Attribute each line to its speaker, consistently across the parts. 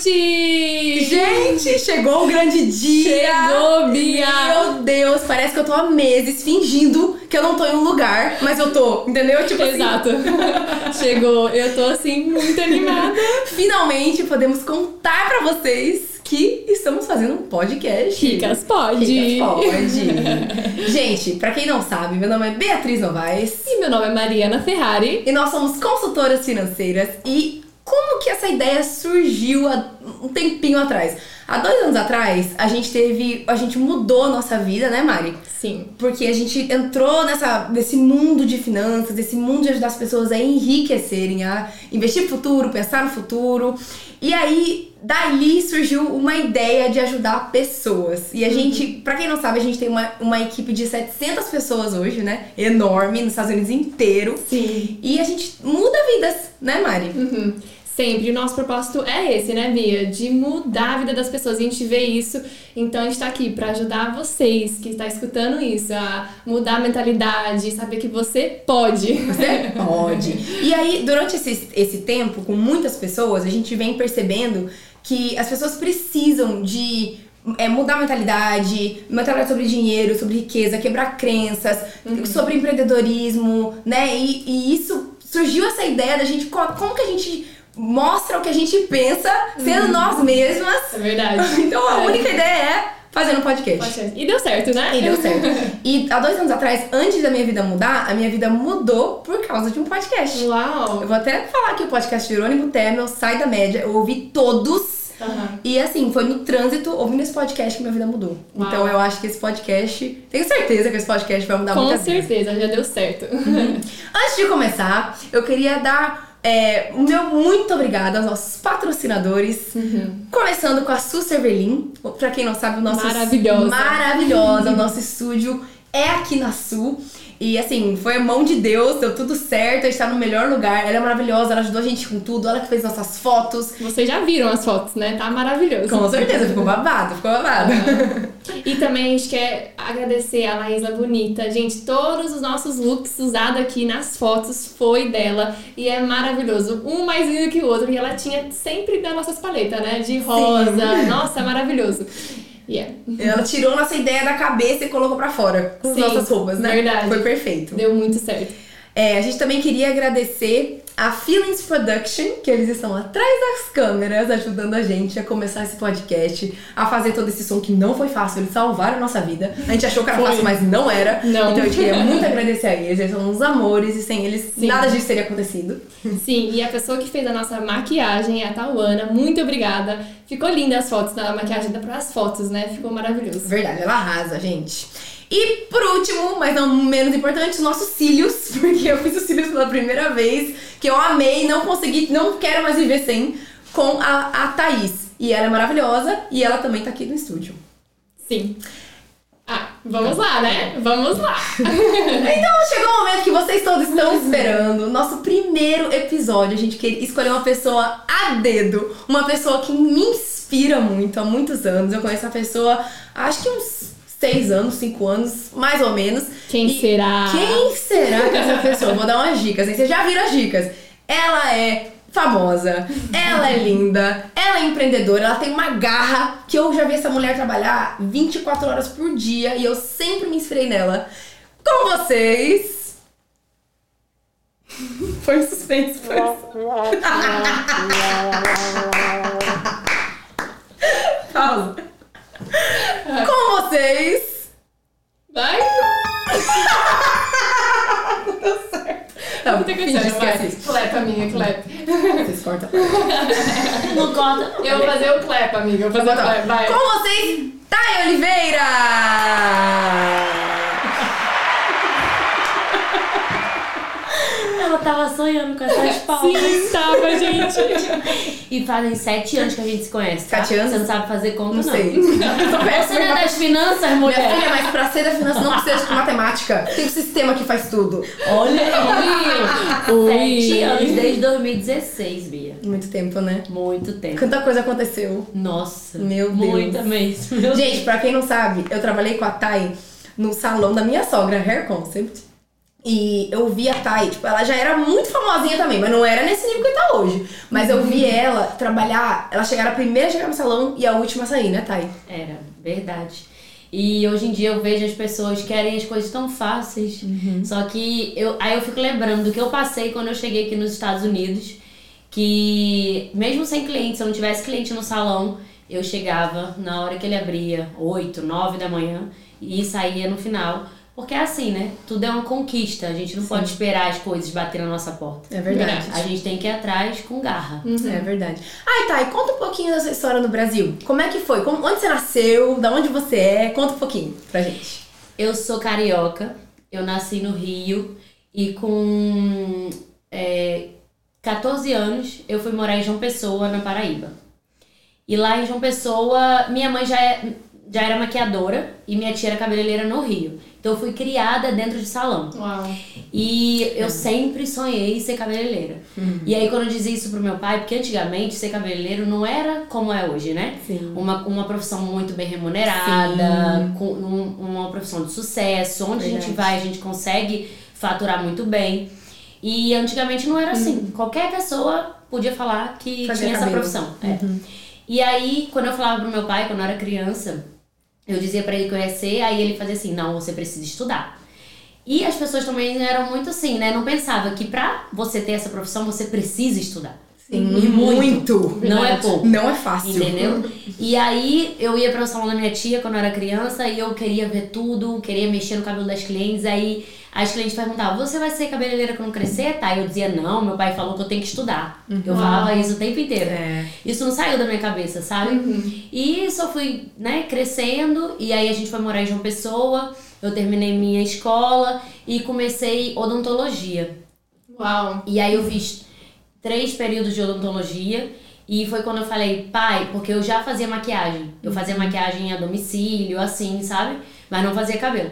Speaker 1: Gente!
Speaker 2: Gente, chegou o grande dia!
Speaker 1: Chegou, Bia!
Speaker 2: Meu Deus, parece que eu tô há meses fingindo que eu não tô em um lugar, mas eu tô, entendeu? Tipo assim,
Speaker 1: Exato. Chegou. Eu tô assim muito animada.
Speaker 2: finalmente podemos contar pra vocês que estamos fazendo um podcast.
Speaker 1: Chicas pode.
Speaker 2: Chicas pode. Gente, pra quem não sabe, meu nome é Beatriz Novaes
Speaker 1: E meu nome é Mariana Ferrari.
Speaker 2: e nós somos consultoras financeiras e como que essa ideia surgiu há um tempinho atrás? Há dois anos atrás, a gente teve. A gente mudou a nossa vida, né, Mari?
Speaker 1: Sim.
Speaker 2: Porque a gente entrou nessa, nesse mundo de finanças, esse mundo de ajudar as pessoas a enriquecerem, a investir no futuro, pensar no futuro. E aí, dali surgiu uma ideia de ajudar pessoas. E a gente, pra quem não sabe, a gente tem uma, uma equipe de 700 pessoas hoje, né? Enorme, nos Estados Unidos inteiro.
Speaker 1: Sim.
Speaker 2: E a gente muda vidas, né, Mari?
Speaker 1: Uhum. Sempre. O nosso propósito é esse, né, Bia? De mudar a vida das pessoas. E a gente vê isso. Então a gente tá aqui pra ajudar vocês que tá escutando isso a mudar a mentalidade, saber que você pode.
Speaker 2: Você pode. E aí, durante esse, esse tempo, com muitas pessoas, a gente vem percebendo que as pessoas precisam de é, mudar a mentalidade, mentalidade sobre dinheiro, sobre riqueza, quebrar crenças, sobre empreendedorismo, né? E, e isso surgiu essa ideia da gente, co- como que a gente mostra o que a gente pensa sendo nós mesmas.
Speaker 1: É verdade.
Speaker 2: Então a
Speaker 1: É.
Speaker 2: única ideia é fazer um podcast.
Speaker 1: E deu certo, né?
Speaker 2: E deu certo. E há dois anos atrás, antes da minha vida mudar, a minha vida mudou por causa de um podcast.
Speaker 1: Uau!
Speaker 2: Eu vou até falar que o podcast de Jerônimo Temel sai da média. Eu ouvi todos.
Speaker 1: Aham.
Speaker 2: E assim, foi no trânsito, ouvindo esse podcast que minha vida mudou.
Speaker 1: Uau.
Speaker 2: Então eu acho que esse podcast. Tenho certeza que esse podcast vai mudar
Speaker 1: Com
Speaker 2: muitas vidas.
Speaker 1: certeza, já deu certo.
Speaker 2: Antes de começar, eu queria dar é, o meu muito obrigada aos nossos patrocinadores. Começando com a Susser Berlim. Pra quem não sabe, o nosso...
Speaker 1: Maravilhosa.
Speaker 2: Maravilhosa. o nosso estúdio é aqui na Sul. E assim, foi a mão de Deus, deu tudo certo, a gente tá no melhor lugar. Ela é maravilhosa, ela ajudou a gente com tudo, ela que fez nossas fotos.
Speaker 1: Vocês já viram as fotos, né? Tá maravilhoso.
Speaker 2: Com certeza, ficou babado, ficou babado.
Speaker 1: E também a gente quer agradecer a Laísa Bonita. Gente, todos os nossos looks usados aqui nas fotos foi dela. E é maravilhoso. Um mais lindo que o outro. E ela tinha sempre das nossas paletas, né? De rosa. Nossa, é maravilhoso. E é.
Speaker 2: Ela tirou nossa ideia da cabeça e colocou pra fora, com as
Speaker 1: Sim,
Speaker 2: nossas roupas, né?
Speaker 1: verdade.
Speaker 2: Foi perfeito.
Speaker 1: Deu muito certo.
Speaker 2: É, a gente também queria agradecer a Feelings Production, que eles estão atrás das câmeras ajudando a gente a começar esse podcast, a fazer todo esse som que não foi fácil, eles salvaram a nossa vida. A gente achou que era
Speaker 1: Foi.
Speaker 2: fácil, mas não era.
Speaker 1: Não.
Speaker 2: Então eu queria muito agradecer a eles, eles são uns amores e sem eles
Speaker 1: Sim.
Speaker 2: nada disso teria acontecido.
Speaker 1: Sim, e a pessoa que fez a nossa maquiagem é a Tauana. Muito obrigada. Ficou linda as fotos da maquiagem para as fotos, né? Ficou maravilhoso.
Speaker 2: Verdade, ela arrasa, gente. E por último, mas não menos importante, os nossos cílios, porque eu fiz os cílios pela primeira vez, que eu amei, não consegui, não quero mais viver sem, com a, a Thaís. E ela é maravilhosa e ela também tá aqui no estúdio.
Speaker 1: Sim. Ah, vamos lá, né? Vamos lá.
Speaker 2: Então chegou o momento que vocês todos estão esperando. Nosso primeiro episódio, a gente quer escolher uma pessoa a dedo, uma pessoa que me inspira muito há muitos anos. Eu conheço a pessoa, acho que uns seis anos, cinco anos, mais ou menos.
Speaker 1: Quem
Speaker 2: E-
Speaker 1: será?
Speaker 2: Quem será que é essa pessoa? Vou dar umas dicas, hein? Vocês já viram as dicas. Ela é famosa, ela é linda, ela é empreendedora, ela tem uma garra que eu já vi essa mulher trabalhar 24 horas por dia e eu sempre me inspirei nela. Com vocês. Foi um suspense, foi um suspense. Pausa. Com vocês.
Speaker 1: Vai?
Speaker 2: Tá,
Speaker 1: Não tem que
Speaker 2: finge, esquece isso.
Speaker 1: Clap, amiga, clap.
Speaker 2: Vocês cortam.
Speaker 3: Não corta, não.
Speaker 1: Eu vou fazer o clap, amiga. Eu vou fazer
Speaker 2: Então tá.
Speaker 1: o clap, vai.
Speaker 2: Com vocês, Thay Oliveira!
Speaker 3: Ela tava sonhando com essas palmas.
Speaker 1: Sim, tava, gente.
Speaker 3: E fazem sete anos que a gente se conhece. tá?
Speaker 2: Sete anos?
Speaker 3: Você não sabe fazer conta,
Speaker 2: Não
Speaker 3: não.
Speaker 2: sei. Sou
Speaker 3: Você não
Speaker 2: péssima.
Speaker 3: é das finanças,
Speaker 2: Minha
Speaker 3: mulher?
Speaker 2: filha, mas pra ser da finança não precisa de matemática. Tem um sistema que faz tudo.
Speaker 3: Olha aí.
Speaker 1: Ui.
Speaker 3: Sete anos desde 2016, Bia.
Speaker 2: Muito tempo, né?
Speaker 3: Muito tempo.
Speaker 2: Quanta coisa aconteceu.
Speaker 3: Nossa.
Speaker 2: Meu Deus.
Speaker 3: Muita mesmo. Meu
Speaker 2: Gente, pra quem não sabe, eu trabalhei com a Thay no salão da minha sogra, Hair Concept. E eu vi a Thay, tipo, ela já era muito famosinha também, mas não era nesse nível que tá hoje. Mas eu vi ela trabalhar, ela chegar a primeira a chegar no salão e a última a sair, né, Thay?
Speaker 3: Era, É, verdade. E hoje em dia eu vejo as pessoas querem as coisas tão fáceis. Só que eu, aí eu fico lembrando do que eu passei quando eu cheguei aqui nos Estados Unidos. Que mesmo sem cliente, se eu não tivesse cliente no salão, eu chegava na hora que ele abria, 8, 9 da manhã, e saía no final. Porque é assim, né? Tudo é uma conquista. A gente não pode esperar as coisas baterem na nossa porta.
Speaker 2: É
Speaker 1: verdade.
Speaker 3: A gente tem que ir atrás com garra.
Speaker 2: É verdade. Ai, Thay, conta um pouquinho da sua história no Brasil. Como é que foi? Como- onde você nasceu? Da onde você é? Conta um pouquinho pra gente.
Speaker 3: Eu sou carioca, eu nasci no Rio e com é, 14 anos eu fui morar em João Pessoa, na Paraíba. E lá em João Pessoa, minha mãe já, é- já era maquiadora e minha tia era cabeleireira no Rio. Então eu fui criada dentro de salão.
Speaker 1: Uau.
Speaker 3: E eu sempre sonhei em ser cabeleireira.
Speaker 2: Uhum.
Speaker 3: E aí, quando eu dizia isso pro meu pai, porque antigamente ser cabeleireiro não era como é hoje, né?
Speaker 2: Sim.
Speaker 3: Uma, uma profissão muito bem remunerada, com um- uma profissão de sucesso. Onde a gente
Speaker 2: Verdade.
Speaker 3: vai, a gente consegue faturar muito bem. E antigamente não era assim.
Speaker 2: Uhum.
Speaker 3: Qualquer pessoa podia falar que
Speaker 2: Fazia
Speaker 3: tinha
Speaker 2: cabelo.
Speaker 3: essa profissão. é. E aí, quando eu falava pro meu pai, quando eu era criança, eu dizia pra ele que eu ia ser, aí ele fazia assim, não, você precisa estudar. E as pessoas também eram muito assim, né? Não pensava que pra você ter essa profissão, você precisa estudar.
Speaker 2: Hum,
Speaker 3: E Não é
Speaker 1: Verdade.
Speaker 3: pouco.
Speaker 2: Não é fácil.
Speaker 3: Entendeu? E aí eu ia para o salão da minha tia quando eu era criança e eu queria ver tudo, queria mexer no cabelo das clientes. Aí as clientes perguntavam: Você vai ser cabeleireira quando crescer? Tá? Eu dizia: Não, meu pai falou que eu tenho que estudar. Eu falava isso o tempo inteiro.
Speaker 2: É.
Speaker 3: Isso não saiu da minha cabeça, sabe?
Speaker 1: Uhum.
Speaker 3: E só fui, né, crescendo. E aí a gente foi morar em João Pessoa. Eu terminei minha escola e comecei odontologia.
Speaker 1: Uau.
Speaker 3: E aí eu fiz três períodos de odontologia e foi quando eu falei, pai, porque eu já fazia maquiagem. Eu fazia maquiagem a domicílio, assim, sabe? Mas não fazia cabelo.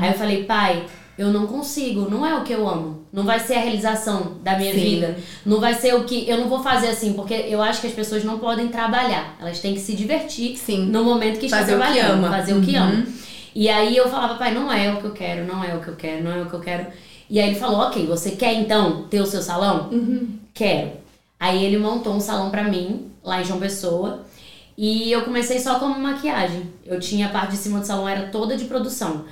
Speaker 3: Aí eu falei, pai, eu não consigo, não é o que eu amo. Não vai ser a realização da minha
Speaker 2: Sim.
Speaker 3: vida. Não vai ser o que. Eu não vou fazer assim, porque eu acho que as pessoas não podem trabalhar. Elas têm que se divertir
Speaker 2: É, Sim.
Speaker 3: no momento que está
Speaker 2: Fazer o que
Speaker 3: trabalhando.
Speaker 2: ama. Uhum.
Speaker 3: Fazer o que ama. E aí eu falava, pai, não é o que eu quero, não é o que eu quero, não é o que eu quero. E aí ele falou, ok, você quer então ter o seu salão?
Speaker 2: Uhum.
Speaker 3: Quero. Aí ele montou um salão pra mim, lá em João Pessoa. E eu comecei só como maquiagem. Eu tinha a parte de cima do salão, era toda de produção.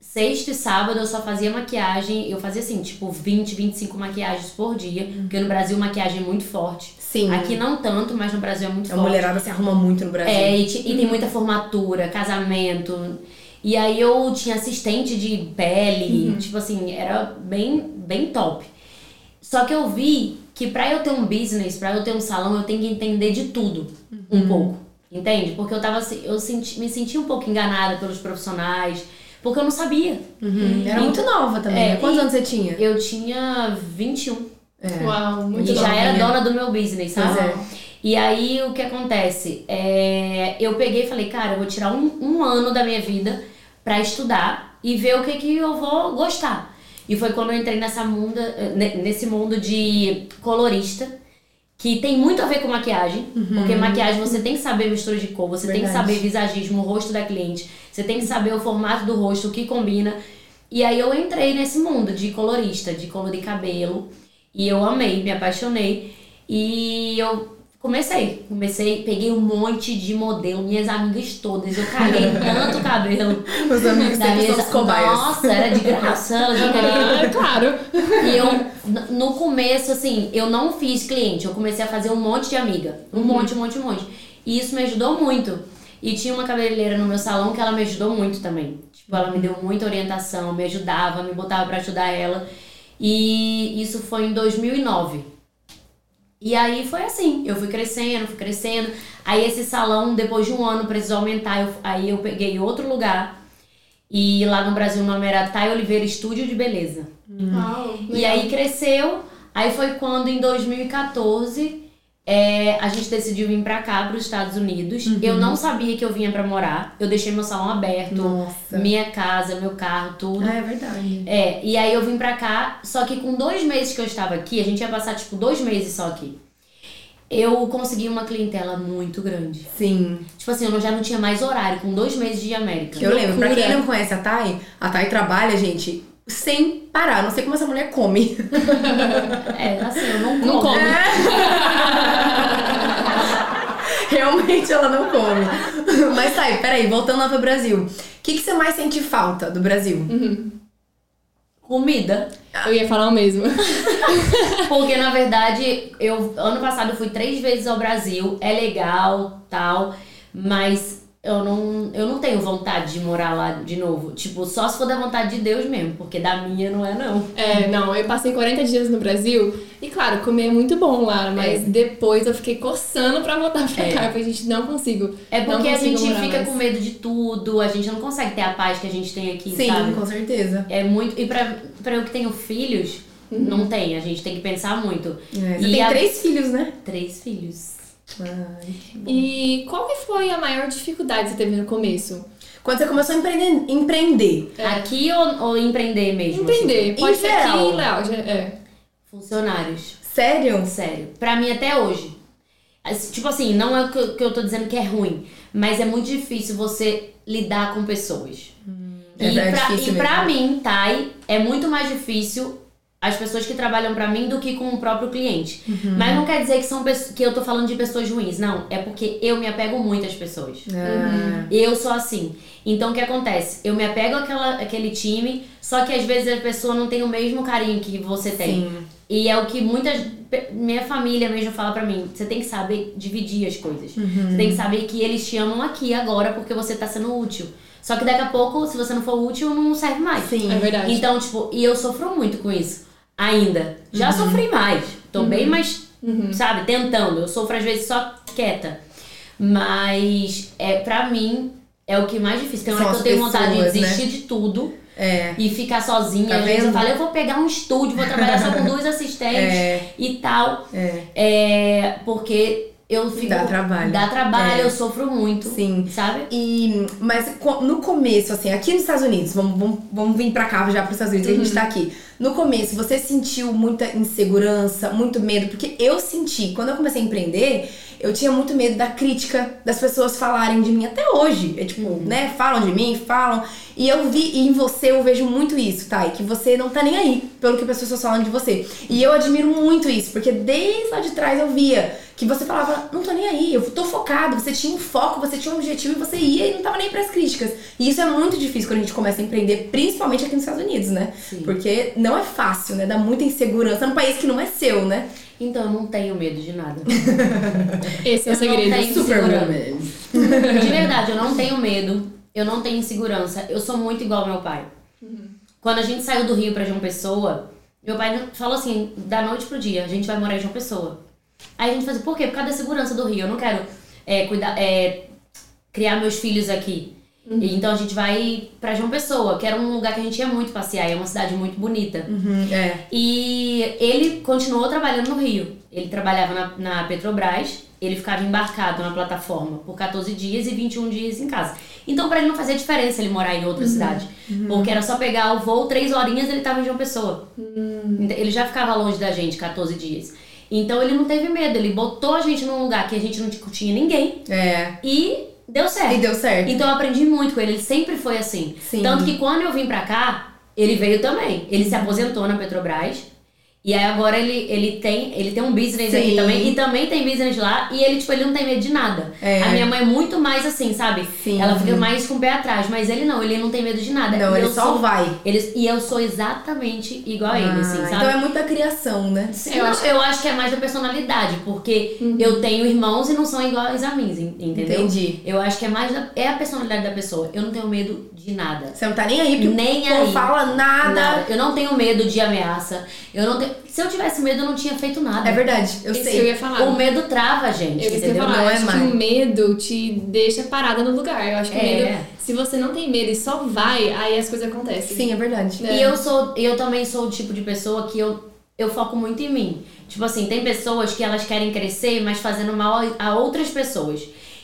Speaker 3: Sexta e sábado eu só fazia maquiagem. Eu fazia assim, tipo 20, 25 maquiagens por dia. Porque no Brasil maquiagem é muito forte.
Speaker 2: Uhum. Sim.
Speaker 3: Aqui não tanto, mas no Brasil é muito
Speaker 2: A
Speaker 3: forte.
Speaker 2: mulherada se arruma muito no Brasil.
Speaker 3: É, e, ti- e tem muita formatura, casamento. E aí eu tinha assistente de pele, tipo assim, era bem, bem top. Só que eu vi que pra eu ter um business, pra eu ter um salão, eu tenho que entender de tudo um pouco. Entende? Porque eu tava assim- eu senti, me senti um pouco enganada pelos profissionais, porque eu não sabia.
Speaker 2: Uhum. Era muito nova também.
Speaker 3: É,
Speaker 2: né? Quantos
Speaker 3: e-
Speaker 2: anos você tinha?
Speaker 3: Eu tinha 21
Speaker 2: É.
Speaker 1: Uau, muito
Speaker 3: e
Speaker 1: bom.
Speaker 3: já era
Speaker 2: novinha.
Speaker 3: dona do meu business, sabe?
Speaker 2: Pois é.
Speaker 3: E aí o que acontece? É, eu peguei e falei, cara, eu vou tirar um, um ano da minha vida pra estudar e ver o que, que eu vou gostar. E foi quando eu entrei nessa mundo, ne- nesse mundo de colorista, que tem muito a ver com maquiagem,
Speaker 2: Uhum.
Speaker 3: porque maquiagem você tem que saber mistura de cor, você tem que
Speaker 2: Verdade.
Speaker 3: saber visagismo, o rosto da cliente, você tem que saber o formato do rosto, o que combina. E aí eu entrei nesse mundo de colorista, de colorir cabelo, e eu amei, me apaixonei, e eu comecei, comecei, peguei um monte de modelo, minhas amigas todas, eu caguei tanto o cabelo.
Speaker 2: Os amigos
Speaker 3: Da
Speaker 2: sempre
Speaker 3: minha...
Speaker 2: são os cobaias.
Speaker 3: Nossa, era de graça, elas não queriam
Speaker 1: Ah, claro.
Speaker 3: e eu, n- no começo, assim, eu não fiz cliente, eu comecei a fazer um monte de amiga. Um monte, um monte, um monte. E isso me ajudou muito. E tinha uma cabeleireira no meu salão que ela me ajudou muito também. Tipo, ela me deu muita orientação, me ajudava, me botava pra ajudar ela. E isso foi em 2009. E aí foi assim, eu fui crescendo, fui crescendo. Aí esse salão, depois de um ano, precisou aumentar. Eu- aí eu peguei outro lugar. E lá no Brasil o nome era Thay Oliveira Estúdio de Beleza.
Speaker 1: Uau.
Speaker 3: E aí cresceu, aí foi quando em 2014 é, a gente decidiu vir pra cá, pros Estados Unidos.
Speaker 2: Uhum.
Speaker 3: Eu não sabia que eu vinha pra morar, eu deixei meu salão aberto,
Speaker 2: Nossa.
Speaker 3: minha casa, meu carro, tudo.
Speaker 2: Ah, é verdade.
Speaker 3: É, e aí eu vim pra cá, só que com dois meses que eu estava aqui, a gente ia passar tipo dois meses só aqui. Eu consegui uma clientela muito grande.
Speaker 2: Sim.
Speaker 3: Tipo assim, eu não- já não tinha mais horário, com dois meses de América.
Speaker 2: eu lembro, pra
Speaker 1: loucura.
Speaker 2: quem não conhece a Thay, a Thay trabalha, gente, sem parar. Eu não sei como essa mulher come.
Speaker 3: É, assim, eu não como.
Speaker 1: Não come.
Speaker 3: É.
Speaker 2: Realmente ela não come. Mas tá aí, peraí, voltando lá pro Brasil. O que, que você mais sente falta do Brasil?
Speaker 3: Comida.
Speaker 1: Eu ia falar o mesmo.
Speaker 3: Porque, na verdade, eu ano passado eu fui três vezes ao Brasil. É legal, tal. Mas eu não, eu não tenho vontade de morar lá de novo. Tipo, só se for da vontade de Deus mesmo. Porque da minha não é, não.
Speaker 1: É, não, eu passei 40 dias no Brasil e, claro, comer é muito bom lá, mas
Speaker 3: É.
Speaker 1: depois eu fiquei coçando pra voltar pra cá, porque a gente não consigo.
Speaker 3: É
Speaker 1: não
Speaker 3: porque a
Speaker 1: consigo
Speaker 3: gente
Speaker 1: morar
Speaker 3: fica
Speaker 1: mais.
Speaker 3: com medo de tudo. A gente não consegue ter a paz que a gente tem aqui,
Speaker 2: Sim,
Speaker 3: sabe?
Speaker 2: com certeza.
Speaker 3: É muito. E pra, pra eu que tenho filhos,
Speaker 1: Uhum.
Speaker 3: não tem. A gente tem que pensar muito.
Speaker 2: É, você
Speaker 3: E
Speaker 2: tem
Speaker 3: a-
Speaker 2: três filhos, né?
Speaker 3: Três filhos.
Speaker 1: E qual que foi a maior dificuldade que você teve no começo?
Speaker 2: Quando você começou a empreender, empreender
Speaker 1: É.
Speaker 3: Aqui ou, ou empreender mesmo? assim?
Speaker 1: Empreender, pode
Speaker 2: Em
Speaker 1: ser aqui
Speaker 2: geral.
Speaker 1: em Léo, já- é.
Speaker 3: Funcionários.
Speaker 2: sério?
Speaker 3: Sério. Pra mim, até hoje. As- Tipo assim, não é o que eu- que eu tô dizendo que é ruim, mas é muito difícil você lidar com pessoas.
Speaker 2: é
Speaker 3: e, pra,
Speaker 2: difícil
Speaker 3: e pra mim, Thay, é muito mais difícil as pessoas que trabalham pra mim do que com o próprio cliente.
Speaker 2: Uhum.
Speaker 3: Mas não quer dizer que, são, pesso- que eu tô falando de pessoas ruins, não. É porque eu me apego muito às pessoas.
Speaker 2: Ah,
Speaker 3: Eu sou assim. Então o que acontece? Eu me apego àquela, àquele time, só que às vezes a pessoa não tem o mesmo carinho que você tem.
Speaker 2: Sim.
Speaker 3: E é o que muitas. pe- Minha família mesmo fala pra mim: você tem que saber dividir as coisas.
Speaker 2: Uhum.
Speaker 3: Você tem que saber que eles te amam aqui agora porque você tá sendo útil. Só que daqui a pouco, se você não for útil, não serve mais.
Speaker 2: Ah, Sim.
Speaker 1: É verdade.
Speaker 3: Então, tipo, e eu sofro muito com isso. Ainda. Já
Speaker 2: Uhum.
Speaker 3: sofri mais. Tô bem mais,
Speaker 1: Uhum.
Speaker 3: sabe, tentando. Eu sofro às vezes só quieta. Mas é pra mim é o que mais difícil. Tem hora
Speaker 2: São
Speaker 3: que eu
Speaker 2: as
Speaker 3: tenho vontade de
Speaker 2: pessoas, né?
Speaker 3: desistir de tudo
Speaker 2: É.
Speaker 3: e ficar sozinha.
Speaker 2: Tá
Speaker 3: às vezes eu
Speaker 2: vendo?
Speaker 3: falo, eu vou pegar um estúdio, vou trabalhar só com dois assistentes
Speaker 2: É,
Speaker 3: e tal.
Speaker 2: é.
Speaker 3: É, porque eu fico.
Speaker 2: Dá trabalho.
Speaker 3: Dá trabalho,
Speaker 2: É.
Speaker 3: eu sofro muito.
Speaker 2: Sim.
Speaker 3: Sabe?
Speaker 2: E, mas co- no começo, assim, aqui nos Estados Unidos, vamos, vamos, vamos vir pra cá já pros Estados Unidos, que a gente tá aqui. No começo, você sentiu muita insegurança, muito medo? Porque eu senti, quando eu comecei a empreender, eu tinha muito medo da crítica, das pessoas falarem de mim até hoje. É tipo, né, falam de mim, falam. E eu vi, e em você eu vejo muito isso, Thay, que você não tá nem aí pelo que as pessoas falam de você. E eu admiro muito isso, porque desde lá de trás eu via que você falava, não tô nem aí, eu tô focado, você tinha um foco, você tinha um objetivo e você ia e não tava nem pras críticas. E isso é muito difícil quando a gente começa a empreender, principalmente aqui nos Estados Unidos, né?
Speaker 3: Sim.
Speaker 2: Porque não é fácil, né? Dá muita insegurança num país que não é seu, né?
Speaker 3: Então eu não tenho medo de nada.
Speaker 1: Esse é o
Speaker 3: Eu não
Speaker 1: segredo.
Speaker 3: tenho insegurança. De verdade, eu não tenho medo, eu não tenho insegurança, eu sou muito igual ao meu pai. Quando a gente saiu do Rio pra João Pessoa, meu pai não- falou assim: da noite pro dia, a gente vai morar em João Pessoa. Aí a gente fazia, por quê? Por causa da segurança do Rio. Eu não quero é, cuidar, é, criar meus filhos aqui. E Então a gente vai pra João Pessoa, que era um lugar que a gente ia muito passear, e é uma cidade muito bonita.
Speaker 2: É.
Speaker 3: E ele continuou trabalhando no Rio. Ele trabalhava na, na Petrobras, ele ficava embarcado na plataforma por 14 dias e 21 dias em casa. Então, pra ele não fazia diferença ele morar em outra cidade. Porque era só pegar o voo, três horinhas ele tava em João Pessoa. Ent- Ele já ficava longe da gente 14 dias. Então, ele não teve medo, ele botou a gente num lugar que a gente não tinha ninguém
Speaker 2: É.
Speaker 3: e deu certo.
Speaker 2: E deu certo.
Speaker 3: Então eu aprendi muito com ele, ele sempre foi assim.
Speaker 2: É. Sim.
Speaker 3: Tanto que quando eu vim pra cá, ele veio também. Ele se aposentou na Petrobras. E aí agora ele, ele, tem, ele tem um business
Speaker 2: Sim.
Speaker 3: aqui também, e também tem business lá, e ele, tipo, ele não tem medo de nada.
Speaker 2: É.
Speaker 3: A minha mãe é muito mais assim, sabe?
Speaker 2: Sim.
Speaker 3: Ela fica mais com o pé atrás, mas ele não, ele não tem medo de nada.
Speaker 2: Não,
Speaker 3: E
Speaker 2: ele
Speaker 3: eu
Speaker 2: só
Speaker 3: sou-
Speaker 2: vai.
Speaker 3: ele- e eu sou exatamente igual a ele, assim,
Speaker 2: Ah,
Speaker 3: sabe?
Speaker 2: então é muita criação, né?
Speaker 3: Sim,
Speaker 1: Eu
Speaker 3: não,
Speaker 1: acho-
Speaker 3: eu acho que é mais da personalidade, porque eu tenho irmãos e não são iguais a mim, en- entendeu?
Speaker 2: Uhum. Entendi.
Speaker 3: Eu acho que é mais da, é a personalidade da pessoa. Eu não tenho medo de nada.
Speaker 2: Você não tá nem aí, porque
Speaker 3: Nem
Speaker 2: o povo
Speaker 3: aí.
Speaker 2: fala nada.
Speaker 3: Nada. Eu não tenho medo de ameaça. Eu não tenho, se eu tivesse medo, eu não tinha feito nada.
Speaker 2: É verdade, eu
Speaker 1: Isso
Speaker 2: sei.
Speaker 1: que eu ia falar.
Speaker 3: O medo trava a gente,
Speaker 1: Eu esqueci de
Speaker 3: entendeu?
Speaker 1: falar,
Speaker 2: Não é
Speaker 1: acho que
Speaker 2: mais.
Speaker 1: o medo te deixa parada no lugar. Eu acho que o
Speaker 3: É.
Speaker 1: medo, né? se você não tem medo e só vai, aí as coisas acontecem.
Speaker 2: Sim, é verdade.
Speaker 1: É.
Speaker 3: E eu sou, eu também sou o tipo de pessoa que eu, eu foco muito em mim. Tipo assim, tem pessoas que elas querem crescer, mas fazendo mal a a outras pessoas.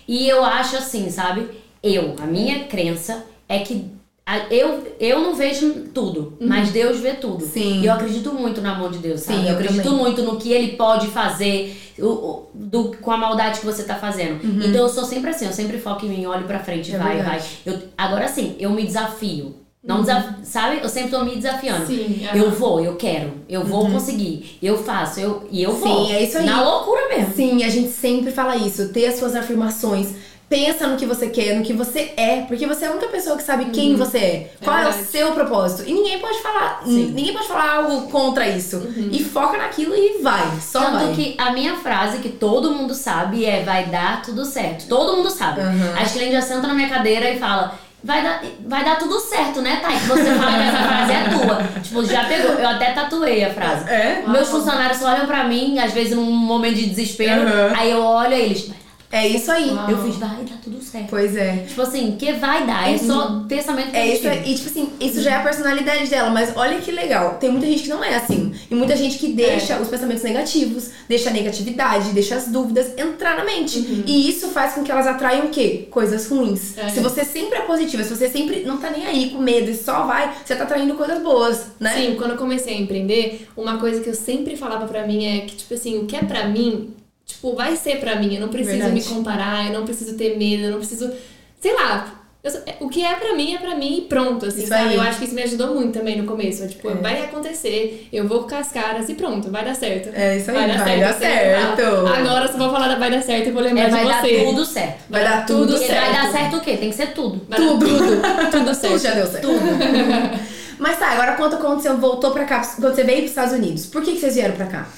Speaker 3: E eu acho assim, sabe? Eu, a minha crença é que a- eu, eu não vejo tudo, mas Deus vê tudo.
Speaker 2: Sim.
Speaker 3: E eu acredito muito na mão de Deus, sabe?
Speaker 2: Sim,
Speaker 3: eu
Speaker 2: eu
Speaker 3: acredito
Speaker 2: também.
Speaker 3: muito no que ele pode fazer o- o- do, com a maldade que você tá fazendo. Então eu sou sempre assim, eu sempre foco em mim, olho pra frente,
Speaker 2: Uhum. É
Speaker 3: vai,
Speaker 2: verdade. Uhum.
Speaker 3: vai. Eu, agora sim, eu me desafio. Não desaf- Sabe? Eu sempre tô me desafiando.
Speaker 1: Sim, aham.
Speaker 3: Eu vou, eu quero, eu vou conseguir, eu faço, eu, e eu
Speaker 2: Uhum. Sim,
Speaker 3: vou.
Speaker 2: é isso aí.
Speaker 3: Na loucura mesmo.
Speaker 2: Sim, a gente sempre fala isso, ter as suas afirmações. Pensa no que você quer, no que você é, porque você é a única pessoa que sabe quem você é, qual é, o
Speaker 1: verdade.
Speaker 2: seu propósito. E ninguém pode falar,
Speaker 3: Sim.
Speaker 2: n- ninguém pode falar algo contra isso. E foca naquilo e vai, só
Speaker 3: Tanto
Speaker 2: vai.
Speaker 3: que a minha frase que todo mundo sabe é vai dar tudo certo. Todo mundo sabe.
Speaker 2: Uhum.
Speaker 3: A Shilene já senta na minha cadeira e fala. Vai dar, vai dar tudo certo, né, Thay? Que você fala que essa frase é tua. Tipo, já pegou. Eu até tatuei a frase.
Speaker 2: É?
Speaker 3: Meus funcionários olham pra mim, às vezes num momento de desespero.
Speaker 2: Uhum.
Speaker 3: Aí eu olho e eles. "Vai dar
Speaker 2: É isso aí.
Speaker 1: Uau.
Speaker 3: tudo". Eu fiz, vai dar tudo certo.
Speaker 2: Pois é.
Speaker 3: Tipo assim, que vai dar. É só pensamento
Speaker 2: É isso,
Speaker 3: positivo.
Speaker 2: aí. e tipo assim, isso já é a personalidade dela, mas olha que legal. Tem muita gente que não é assim. E muita gente que deixa os pensamentos negativos, deixa a negatividade, deixa as dúvidas entrar na mente. E isso faz com que elas atraiam o quê? Coisas ruins.
Speaker 1: É.
Speaker 2: Se você sempre é positiva, se você sempre não tá nem aí com medo e só vai, você tá atraindo coisas boas, né?
Speaker 1: Sim, quando eu comecei a empreender, uma coisa que eu sempre falava pra mim é que, tipo assim, o que é pra mim, tipo, vai ser pra mim. Eu não preciso
Speaker 2: Verdade.
Speaker 1: me comparar, eu não preciso ter medo, eu não preciso. Sei lá. eu só- o que é pra mim, é pra mim e pronto, assim,
Speaker 2: Isso
Speaker 1: sabe?
Speaker 2: aí.
Speaker 1: Eu acho que isso me ajudou muito também no começo. É, tipo, vai acontecer, eu vou com as caras e pronto, vai dar certo.
Speaker 2: É isso aí, vai, dar
Speaker 1: eu sempre falo.
Speaker 2: certo.
Speaker 1: Agora eu só vou falar da vai dar certo e vou lembrar
Speaker 3: É,
Speaker 1: de
Speaker 3: vai dar
Speaker 1: você.
Speaker 3: tudo certo.
Speaker 2: Vai dar tudo
Speaker 3: Porque vai
Speaker 1: certo.
Speaker 3: dar certo o quê? Tem que ser tudo.
Speaker 1: Vai dar
Speaker 2: Tudo.
Speaker 1: tudo, tudo
Speaker 2: Tudo
Speaker 1: certo.
Speaker 2: já deu certo. mas tá, agora conta quando você voltou pra cá, quando você veio pros Estados Unidos. Por que, que vocês vieram pra cá?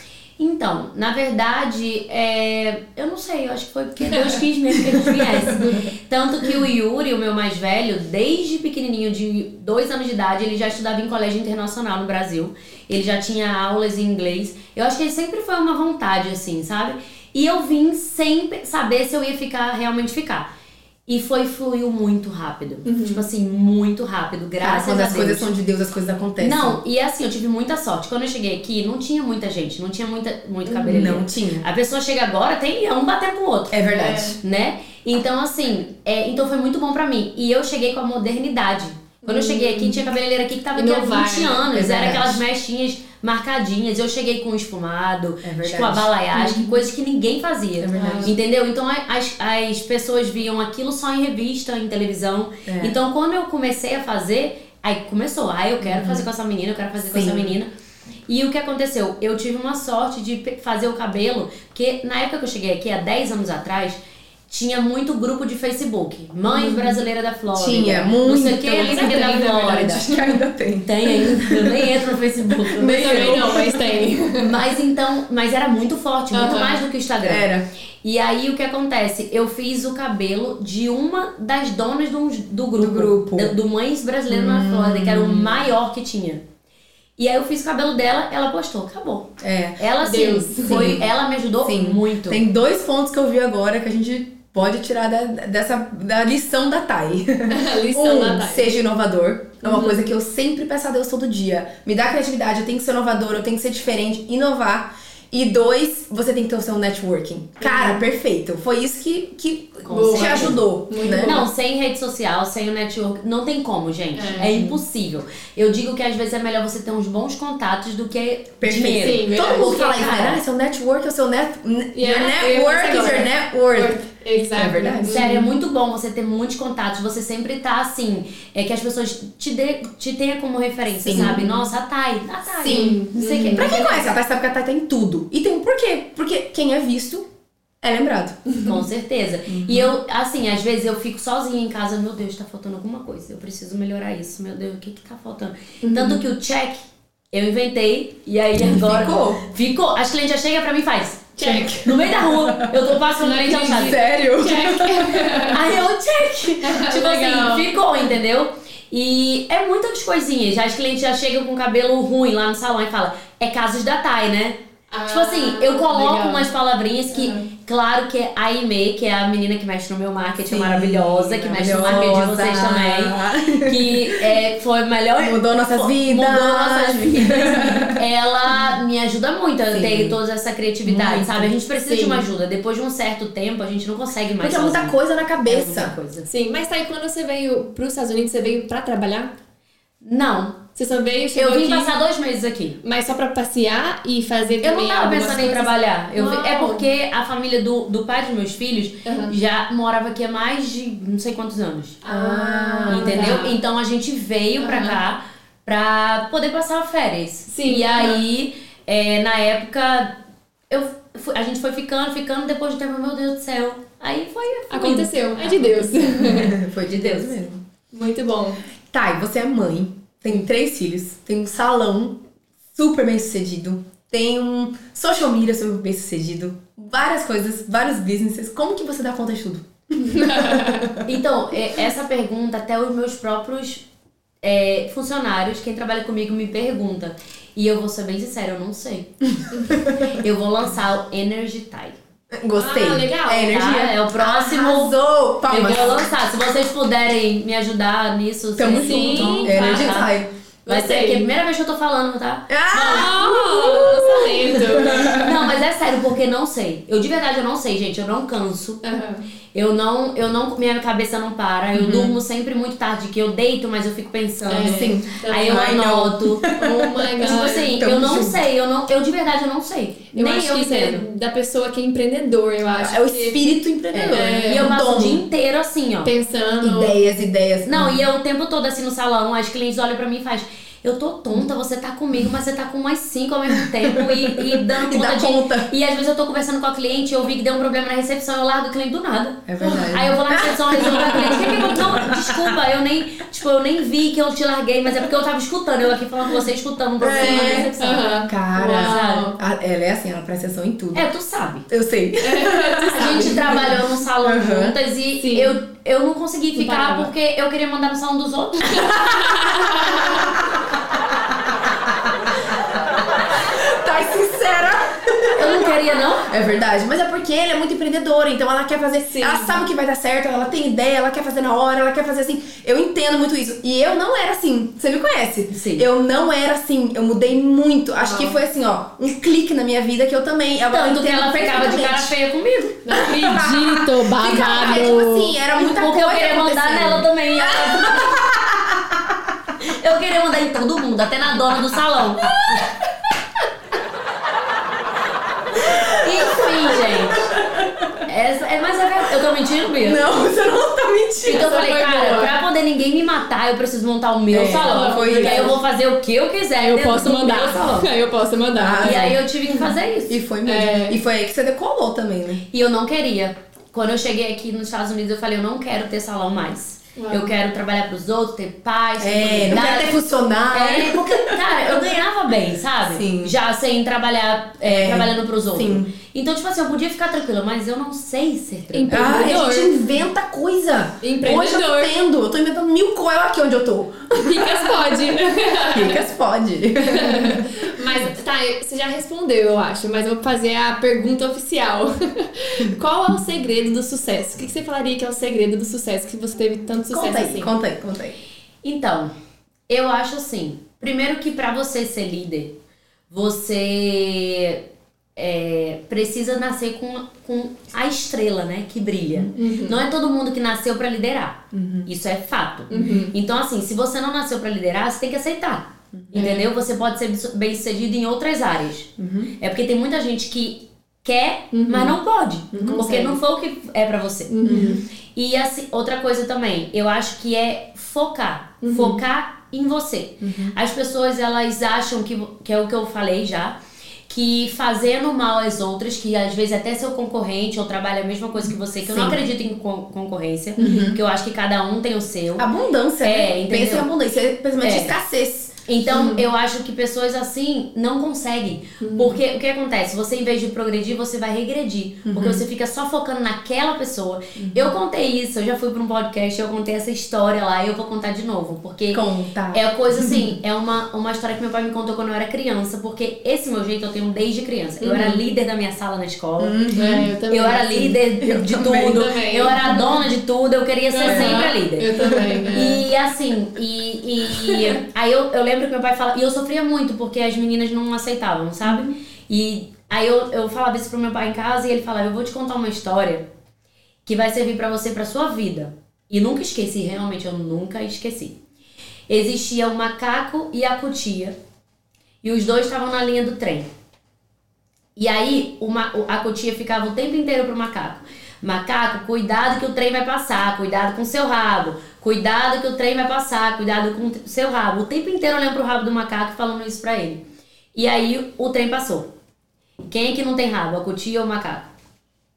Speaker 3: Então, na verdade, é, eu não sei, eu acho que foi porque Deus quis mesmo que a gente viesse. Tanto que o Yuri, o meu mais velho, desde pequenininho, de dois anos de idade, ele já estudava em colégio internacional no Brasil. Ele já tinha aulas em inglês. Eu acho que ele sempre foi uma vontade, assim, sabe? E eu vim sem pe- saber se eu ia ficar, realmente ficar. E foi, fluiu muito rápido. Tipo assim, muito rápido, graças
Speaker 2: Uhum. quando
Speaker 3: a
Speaker 2: as
Speaker 3: Deus.
Speaker 2: coisas são de Deus, as coisas acontecem.
Speaker 3: Não, e assim, eu tive muita sorte. Quando eu cheguei aqui, não tinha muita gente, não tinha muita, muito cabeleireiro.
Speaker 2: Não tinha.
Speaker 3: A pessoa chega agora, tem um bater pro outro,
Speaker 2: É verdade.
Speaker 3: né? Então, assim, é, então foi muito bom pra mim. E eu cheguei com a modernidade. Quando eu cheguei aqui, tinha cabeleireira aqui que tava aqui há
Speaker 1: Inovar,
Speaker 3: 20
Speaker 1: né?
Speaker 3: anos.
Speaker 2: É
Speaker 3: era
Speaker 2: verdade.
Speaker 3: aquelas mechinhas marcadinhas. Eu cheguei com esfumado,
Speaker 2: É verdade.
Speaker 3: com Tipo, a balaiagem, coisas que ninguém fazia.
Speaker 2: É verdade.
Speaker 3: Entendeu? Então a- as, as pessoas viam aquilo só em revista, em televisão.
Speaker 2: É.
Speaker 3: Então quando eu comecei a fazer, aí começou. Ah, eu quero
Speaker 1: Uhum.
Speaker 3: fazer com essa menina, eu quero fazer com
Speaker 2: Sim.
Speaker 3: essa menina. E o que aconteceu? Eu tive uma sorte de pe- fazer o cabelo, porque na época que eu cheguei aqui, há 10 anos atrás, tinha muito grupo de Facebook. Mães
Speaker 1: Uhum.
Speaker 3: brasileiras da Flórida.
Speaker 2: Tinha,
Speaker 3: Não sei o
Speaker 2: muito.
Speaker 3: que, não sei o que da
Speaker 1: Ainda tem, na
Speaker 3: Flórida.
Speaker 1: verdade.
Speaker 2: que ainda tem.
Speaker 3: Tem ainda, eu nem entro no Facebook. eu
Speaker 1: Eu também
Speaker 3: sei.
Speaker 1: não, mas tem.
Speaker 3: Mas então, mas era muito forte, muito
Speaker 1: Aham.
Speaker 3: mais do que o Instagram.
Speaker 2: Era.
Speaker 3: E aí o que acontece? Eu fiz o cabelo de uma das donas do, do grupo.
Speaker 2: Do grupo. Hum.
Speaker 3: Do, do Mães Brasileiras na Flórida, que era o maior que tinha. E aí eu fiz o cabelo dela, ela postou, acabou.
Speaker 2: É.
Speaker 3: Ela sim,
Speaker 1: Deus,
Speaker 3: foi, ela me ajudou
Speaker 2: Sim.
Speaker 3: muito.
Speaker 2: Tem dois pontos que eu vi agora que a gente pode tirar da, dessa da lição da Thay.
Speaker 1: Lição tá. da
Speaker 2: Um,
Speaker 1: Thay.
Speaker 2: seja inovador. É uma coisa que eu sempre peço a Deus todo dia. Me dá criatividade, eu tenho que ser inovador, eu tenho que ser diferente, inovar. E dois, você tem que ter o seu networking. Cara, perfeito. Foi isso que, que
Speaker 3: Com
Speaker 2: te
Speaker 3: certeza.
Speaker 2: ajudou,
Speaker 1: Muito
Speaker 2: né?
Speaker 3: Não, sem rede social, sem o network, não tem como, gente. É. impossível. Eu digo que às vezes é melhor você ter uns bons contatos do que
Speaker 2: Perfeito.
Speaker 3: dinheiro.
Speaker 1: Sim,
Speaker 2: Todo
Speaker 1: verdade.
Speaker 2: mundo fala isso,
Speaker 3: Cara.
Speaker 2: né? Ah, seu network é o seu net...
Speaker 1: Yeah,
Speaker 2: your
Speaker 1: eu ia falar
Speaker 2: network is your
Speaker 1: agora.
Speaker 2: net worth.
Speaker 1: Exato.
Speaker 2: É verdade.
Speaker 3: Sério, é muito bom você ter muitos contatos, você sempre tá assim, é que as pessoas te, dê, te tenham como referência,
Speaker 2: Sim.
Speaker 3: sabe? Nossa, a Thay, a Thay.
Speaker 2: Sim.
Speaker 3: Não sei o que.
Speaker 2: Pra quem conhece a Thay sabe que a Thay tem tudo. E tem um porquê. Porque quem é visto é lembrado.
Speaker 3: Com certeza.
Speaker 2: Uhum.
Speaker 3: E eu, assim, às vezes eu fico sozinha em casa, meu Deus, tá faltando alguma coisa. Eu preciso melhorar isso, meu Deus, o que que tá faltando?
Speaker 2: Uhum.
Speaker 3: Tanto que o check eu inventei e aí agora.
Speaker 2: Ficou.
Speaker 3: Ficou. As clientes já chegam pra mim e faz.
Speaker 1: Check.
Speaker 3: No meio da rua, eu tô passando
Speaker 1: Não
Speaker 3: cliente ela Então, sabe.
Speaker 2: Sério?
Speaker 1: Check.
Speaker 3: Aí eu check. tipo
Speaker 1: Legal.
Speaker 3: assim, ficou, entendeu? E é muitas coisinhas. As clientes já chegam com cabelo ruim lá no salão e falam, é casos da Thay, né?
Speaker 1: Ah,
Speaker 3: tipo assim, eu coloco
Speaker 1: legal.
Speaker 3: umas palavrinhas que, claro que a Aimee, que é a menina que mexe no meu marketing
Speaker 2: Sim,
Speaker 3: maravilhosa, que mexe no marketing de vocês
Speaker 2: maravilhosa.
Speaker 3: também, que é, foi a melhor.
Speaker 2: Mudou nossas
Speaker 3: Fo-
Speaker 2: vidas.
Speaker 3: Mudou nossas vidas. Ela me ajuda muito a
Speaker 2: Sim.
Speaker 3: ter toda essa criatividade,
Speaker 2: Muito.
Speaker 3: sabe? A gente precisa de
Speaker 1: Sim.
Speaker 3: uma ajuda. Depois de um certo tempo, a gente não consegue mais.
Speaker 2: Porque é muita
Speaker 3: sozinho.
Speaker 2: coisa na
Speaker 3: É muita
Speaker 2: cabeça.
Speaker 3: coisa.
Speaker 1: Sim, mas tá, e quando você veio pros Estados Unidos, você veio pra trabalhar?
Speaker 3: Não.
Speaker 1: Você só veio, chegou
Speaker 3: Eu vim
Speaker 1: aqui,
Speaker 3: passar dois meses aqui.
Speaker 1: mas só pra passear e fazer
Speaker 3: Eu
Speaker 1: também
Speaker 3: não tava
Speaker 1: algumas
Speaker 3: pensando em
Speaker 1: coisas?
Speaker 3: trabalhar. Eu vi-
Speaker 1: Não.
Speaker 3: É porque a família do, do pai dos meus filhos
Speaker 1: Aham.
Speaker 3: já morava aqui há mais de não sei quantos anos.
Speaker 1: Ah,
Speaker 3: entendeu?
Speaker 1: tá.
Speaker 3: Então a gente veio pra
Speaker 1: Aham.
Speaker 3: cá pra poder passar férias.
Speaker 1: Sim.
Speaker 3: E aí, é, na época, eu fui- a gente foi ficando, ficando, depois de um tempo, meu Deus do céu. Aí foi. foi
Speaker 1: Aconteceu, é de Deus.
Speaker 2: Foi de Deus mesmo.
Speaker 1: Muito bom.
Speaker 2: Tá, e você é mãe, tem três filhos, tem um salão super bem sucedido, tem um social media super bem sucedido, várias coisas, vários businesses. Como que você dá conta de tudo?
Speaker 3: Então, é, essa pergunta, até os meus próprios é, funcionários, quem trabalha comigo, me pergunta. E eu vou ser bem sincera, eu não sei. eu vou lançar o Energy Tie.
Speaker 2: Gostei.
Speaker 1: Ah, legal.
Speaker 2: É energia. Ah,
Speaker 3: Tá? É o próximo.
Speaker 2: Arrasou! Palmas.
Speaker 3: Eu vou lançar. Se vocês puderem me ajudar nisso,
Speaker 2: Tamo
Speaker 3: vocês-
Speaker 1: Sim,
Speaker 2: junto.
Speaker 1: tá.
Speaker 2: Energy Time.
Speaker 3: Vai ser
Speaker 1: Gostei.
Speaker 3: aqui, é a primeira vez que eu tô falando, tá?
Speaker 1: Ah, lançamento.
Speaker 3: Não, mas é sério, porque não sei. Eu de verdade eu não sei, gente. Eu não canso.
Speaker 1: Aham.
Speaker 3: Eu não, eu não, minha cabeça não para.
Speaker 2: Uhum.
Speaker 3: Eu durmo sempre muito tarde, que eu deito, mas eu fico pensando.
Speaker 1: É.
Speaker 2: Sim.
Speaker 3: Então, Aí eu
Speaker 2: Ai, não.
Speaker 3: anoto.
Speaker 1: Oh my god.
Speaker 3: Tipo assim,
Speaker 2: Tamo
Speaker 3: eu não
Speaker 2: junto.
Speaker 3: sei, eu não, eu de verdade eu não sei.
Speaker 1: eu
Speaker 3: Nem
Speaker 1: acho
Speaker 3: eu
Speaker 1: que isso é
Speaker 3: entendo.
Speaker 1: da pessoa que é empreendedor, eu acho.
Speaker 2: É o
Speaker 1: que
Speaker 2: espírito empreendedor.
Speaker 1: É.
Speaker 2: né?
Speaker 3: E eu
Speaker 2: o
Speaker 3: passo o
Speaker 2: dom.
Speaker 3: dia inteiro assim, ó.
Speaker 1: Pensando.
Speaker 2: Ideias, ideias.
Speaker 3: Não, e
Speaker 1: Uhum.
Speaker 3: eu o tempo todo assim no salão, as clientes olham pra mim e fazem. Eu tô tonta, você tá comigo, mas você tá com mais cinco ao mesmo tempo e, e dando
Speaker 2: E
Speaker 3: conta
Speaker 2: dá
Speaker 3: de.
Speaker 2: conta.
Speaker 3: E às vezes eu tô conversando com a cliente, eu vi que deu um problema na recepção, eu largo o cliente do nada.
Speaker 2: É verdade.
Speaker 3: Aí eu vou na recepção, resolvo com a cliente. "Que que eu- Não, desculpa, eu nem. Tipo, eu nem vi que eu te larguei, mas é porque eu tava escutando, eu aqui falando com você, escutando um problema na
Speaker 2: É,
Speaker 3: recepção.
Speaker 1: Aham.
Speaker 2: Cara.
Speaker 1: Uau.
Speaker 2: Ah, Ela é assim, ela presta atenção em tudo.
Speaker 3: É, tu sabe.
Speaker 2: Eu sei.
Speaker 3: A gente trabalhou no salão
Speaker 2: Aham.
Speaker 3: juntas e
Speaker 1: Sim.
Speaker 3: eu, eu não consegui ficar
Speaker 1: parava.
Speaker 3: porque eu queria mandar no salão dos outros.
Speaker 2: Tá sincera.
Speaker 3: Eu não queria, não.
Speaker 2: É verdade, mas é porque ela é muito empreendedora, então ela quer fazer.
Speaker 1: Sim.
Speaker 2: Ela sabe que vai dar certo, ela tem ideia, ela quer fazer na hora, ela quer fazer assim. Eu entendo muito isso. E eu não era assim. Você me conhece?
Speaker 3: Sim.
Speaker 2: Eu não era assim. Eu mudei muito. Acho que foi assim, ó, um clique na minha vida que eu também. Agora eu
Speaker 3: Tanto que
Speaker 2: entendo
Speaker 3: ela ficava de cara
Speaker 2: perfeitamente.
Speaker 3: feia comigo.
Speaker 1: Não acredito,
Speaker 2: Ficava, é, tipo assim, era muita
Speaker 3: Ah, Porque eu
Speaker 2: coisa
Speaker 3: queria mandar
Speaker 2: acontecendo.
Speaker 3: nela também. Eu queria mandar em todo mundo, até na dona do salão. Enfim, gente. Essa, é, mas é verdade. Eu tô mentindo mesmo.
Speaker 2: Não, você não tá mentindo.
Speaker 3: Então eu
Speaker 1: Essa
Speaker 3: falei,
Speaker 1: foi
Speaker 3: cara,
Speaker 1: boa.
Speaker 3: pra poder ninguém me matar, eu preciso montar o meu
Speaker 2: É,
Speaker 3: salão.
Speaker 2: foi
Speaker 3: Porque aí eu
Speaker 2: isso.
Speaker 3: vou fazer o que eu quiser.
Speaker 1: Eu
Speaker 3: dentro
Speaker 1: posso
Speaker 3: do meu
Speaker 1: mandar.
Speaker 3: salão.
Speaker 1: Eu posso mandar.
Speaker 3: E aí eu tive que fazer isso.
Speaker 2: E foi mesmo.
Speaker 1: É.
Speaker 2: E foi aí que você decolou também, né?
Speaker 3: E eu não queria. Quando eu cheguei aqui nos Estados Unidos, eu falei, eu não quero ter salão mais.
Speaker 1: Uau.
Speaker 3: Eu quero trabalhar pros outros, ter paz,
Speaker 2: É, não quero
Speaker 3: tranquilidade.
Speaker 2: ter funcionário.
Speaker 3: É, porque, cara, eu ganhava bem, sabe?
Speaker 2: Sim.
Speaker 3: Já sem trabalhar, é,
Speaker 2: É.
Speaker 3: trabalhando pros outros.
Speaker 2: Sim.
Speaker 3: Então, tipo assim, eu podia ficar tranquila, mas eu não sei ser
Speaker 2: Ai,
Speaker 3: tranquila.
Speaker 2: Ah, a
Speaker 1: Empreendedor.
Speaker 2: gente inventa coisa.
Speaker 1: Empreendedor.
Speaker 2: Hoje eu entendo. Eu tô inventando mil coisas aqui onde eu tô.
Speaker 1: Ricas pode.
Speaker 2: Ricas pode.
Speaker 1: Mas, tá, você já respondeu, eu acho, mas eu vou fazer a pergunta oficial. Qual é o segredo do sucesso? O que que você falaria que é o segredo do sucesso, que você teve tanto sucesso
Speaker 2: conta aí,
Speaker 1: assim?
Speaker 2: conta aí, conta aí.
Speaker 3: Então, eu acho assim. Primeiro que pra você ser líder, você é, precisa nascer com, com a estrela, né? Que brilha. Não é todo mundo que nasceu pra liderar. Isso é fato. Então, assim, se você não nasceu pra liderar, você tem que aceitar. Entendeu? Você pode ser bem sucedido em outras áreas. É porque tem muita gente que quer, mas não pode. porque
Speaker 1: consegue.
Speaker 3: não foi o que é pra você. E assim, outra coisa também, eu acho que é focar. Focar em você. As pessoas, elas acham que, que é o que eu falei já, que fazendo mal às outras, que às vezes até seu concorrente ou trabalha a mesma coisa que você, que eu não
Speaker 2: Sim. Uhum.
Speaker 3: acredito em con- concorrência, que eu acho que cada um tem o seu.
Speaker 2: Ah. Abundância,
Speaker 3: É,
Speaker 2: né?
Speaker 3: entendeu?
Speaker 2: Pensa em abundância, é principalmente
Speaker 3: É.
Speaker 2: escassez.
Speaker 3: Então,
Speaker 2: Uhum.
Speaker 3: eu acho que pessoas assim não conseguem. Porque o que acontece? Você, em vez de progredir, você vai regredir. Porque
Speaker 2: Uhum.
Speaker 3: você fica só focando naquela pessoa. Eu contei isso, eu já fui pra um podcast, eu contei essa história lá e eu vou contar de novo. Porque
Speaker 2: Conta.
Speaker 3: é coisa
Speaker 1: Uhum.
Speaker 3: assim, é uma, uma história que meu pai me contou quando eu era criança. Porque esse meu jeito eu tenho desde criança. Eu era líder da minha sala na escola.
Speaker 2: Uhum.
Speaker 1: É, eu Uhum. também.
Speaker 3: Eu era
Speaker 1: assim.
Speaker 3: líder de, de
Speaker 2: também,
Speaker 3: tudo,
Speaker 1: também. Uhum.
Speaker 3: eu era a dona de tudo, eu queria ser
Speaker 1: Aham,
Speaker 3: sempre a líder.
Speaker 1: Eu também, né?
Speaker 3: E assim, e, e- aí eu, eu lembro que meu pai falava, e eu sofria muito porque as meninas não aceitavam, sabe? E aí eu, eu falava isso pro meu pai em casa e ele falava: Eu vou te contar uma história que vai servir pra você, pra sua vida. E nunca esqueci, realmente eu nunca esqueci. Existia o macaco e a cutia. E os dois estavam na linha do trem. E aí uma, a cutia ficava o tempo inteiro pro macaco. Macaco, cuidado que o trem vai passar, cuidado com seu rabo, cuidado que o trem vai passar, cuidado com o seu rabo. O tempo inteiro olhando pro rabo do macaco falando isso pra ele. E aí o trem passou. Quem é que não tem rabo? A cutia ou o macaco?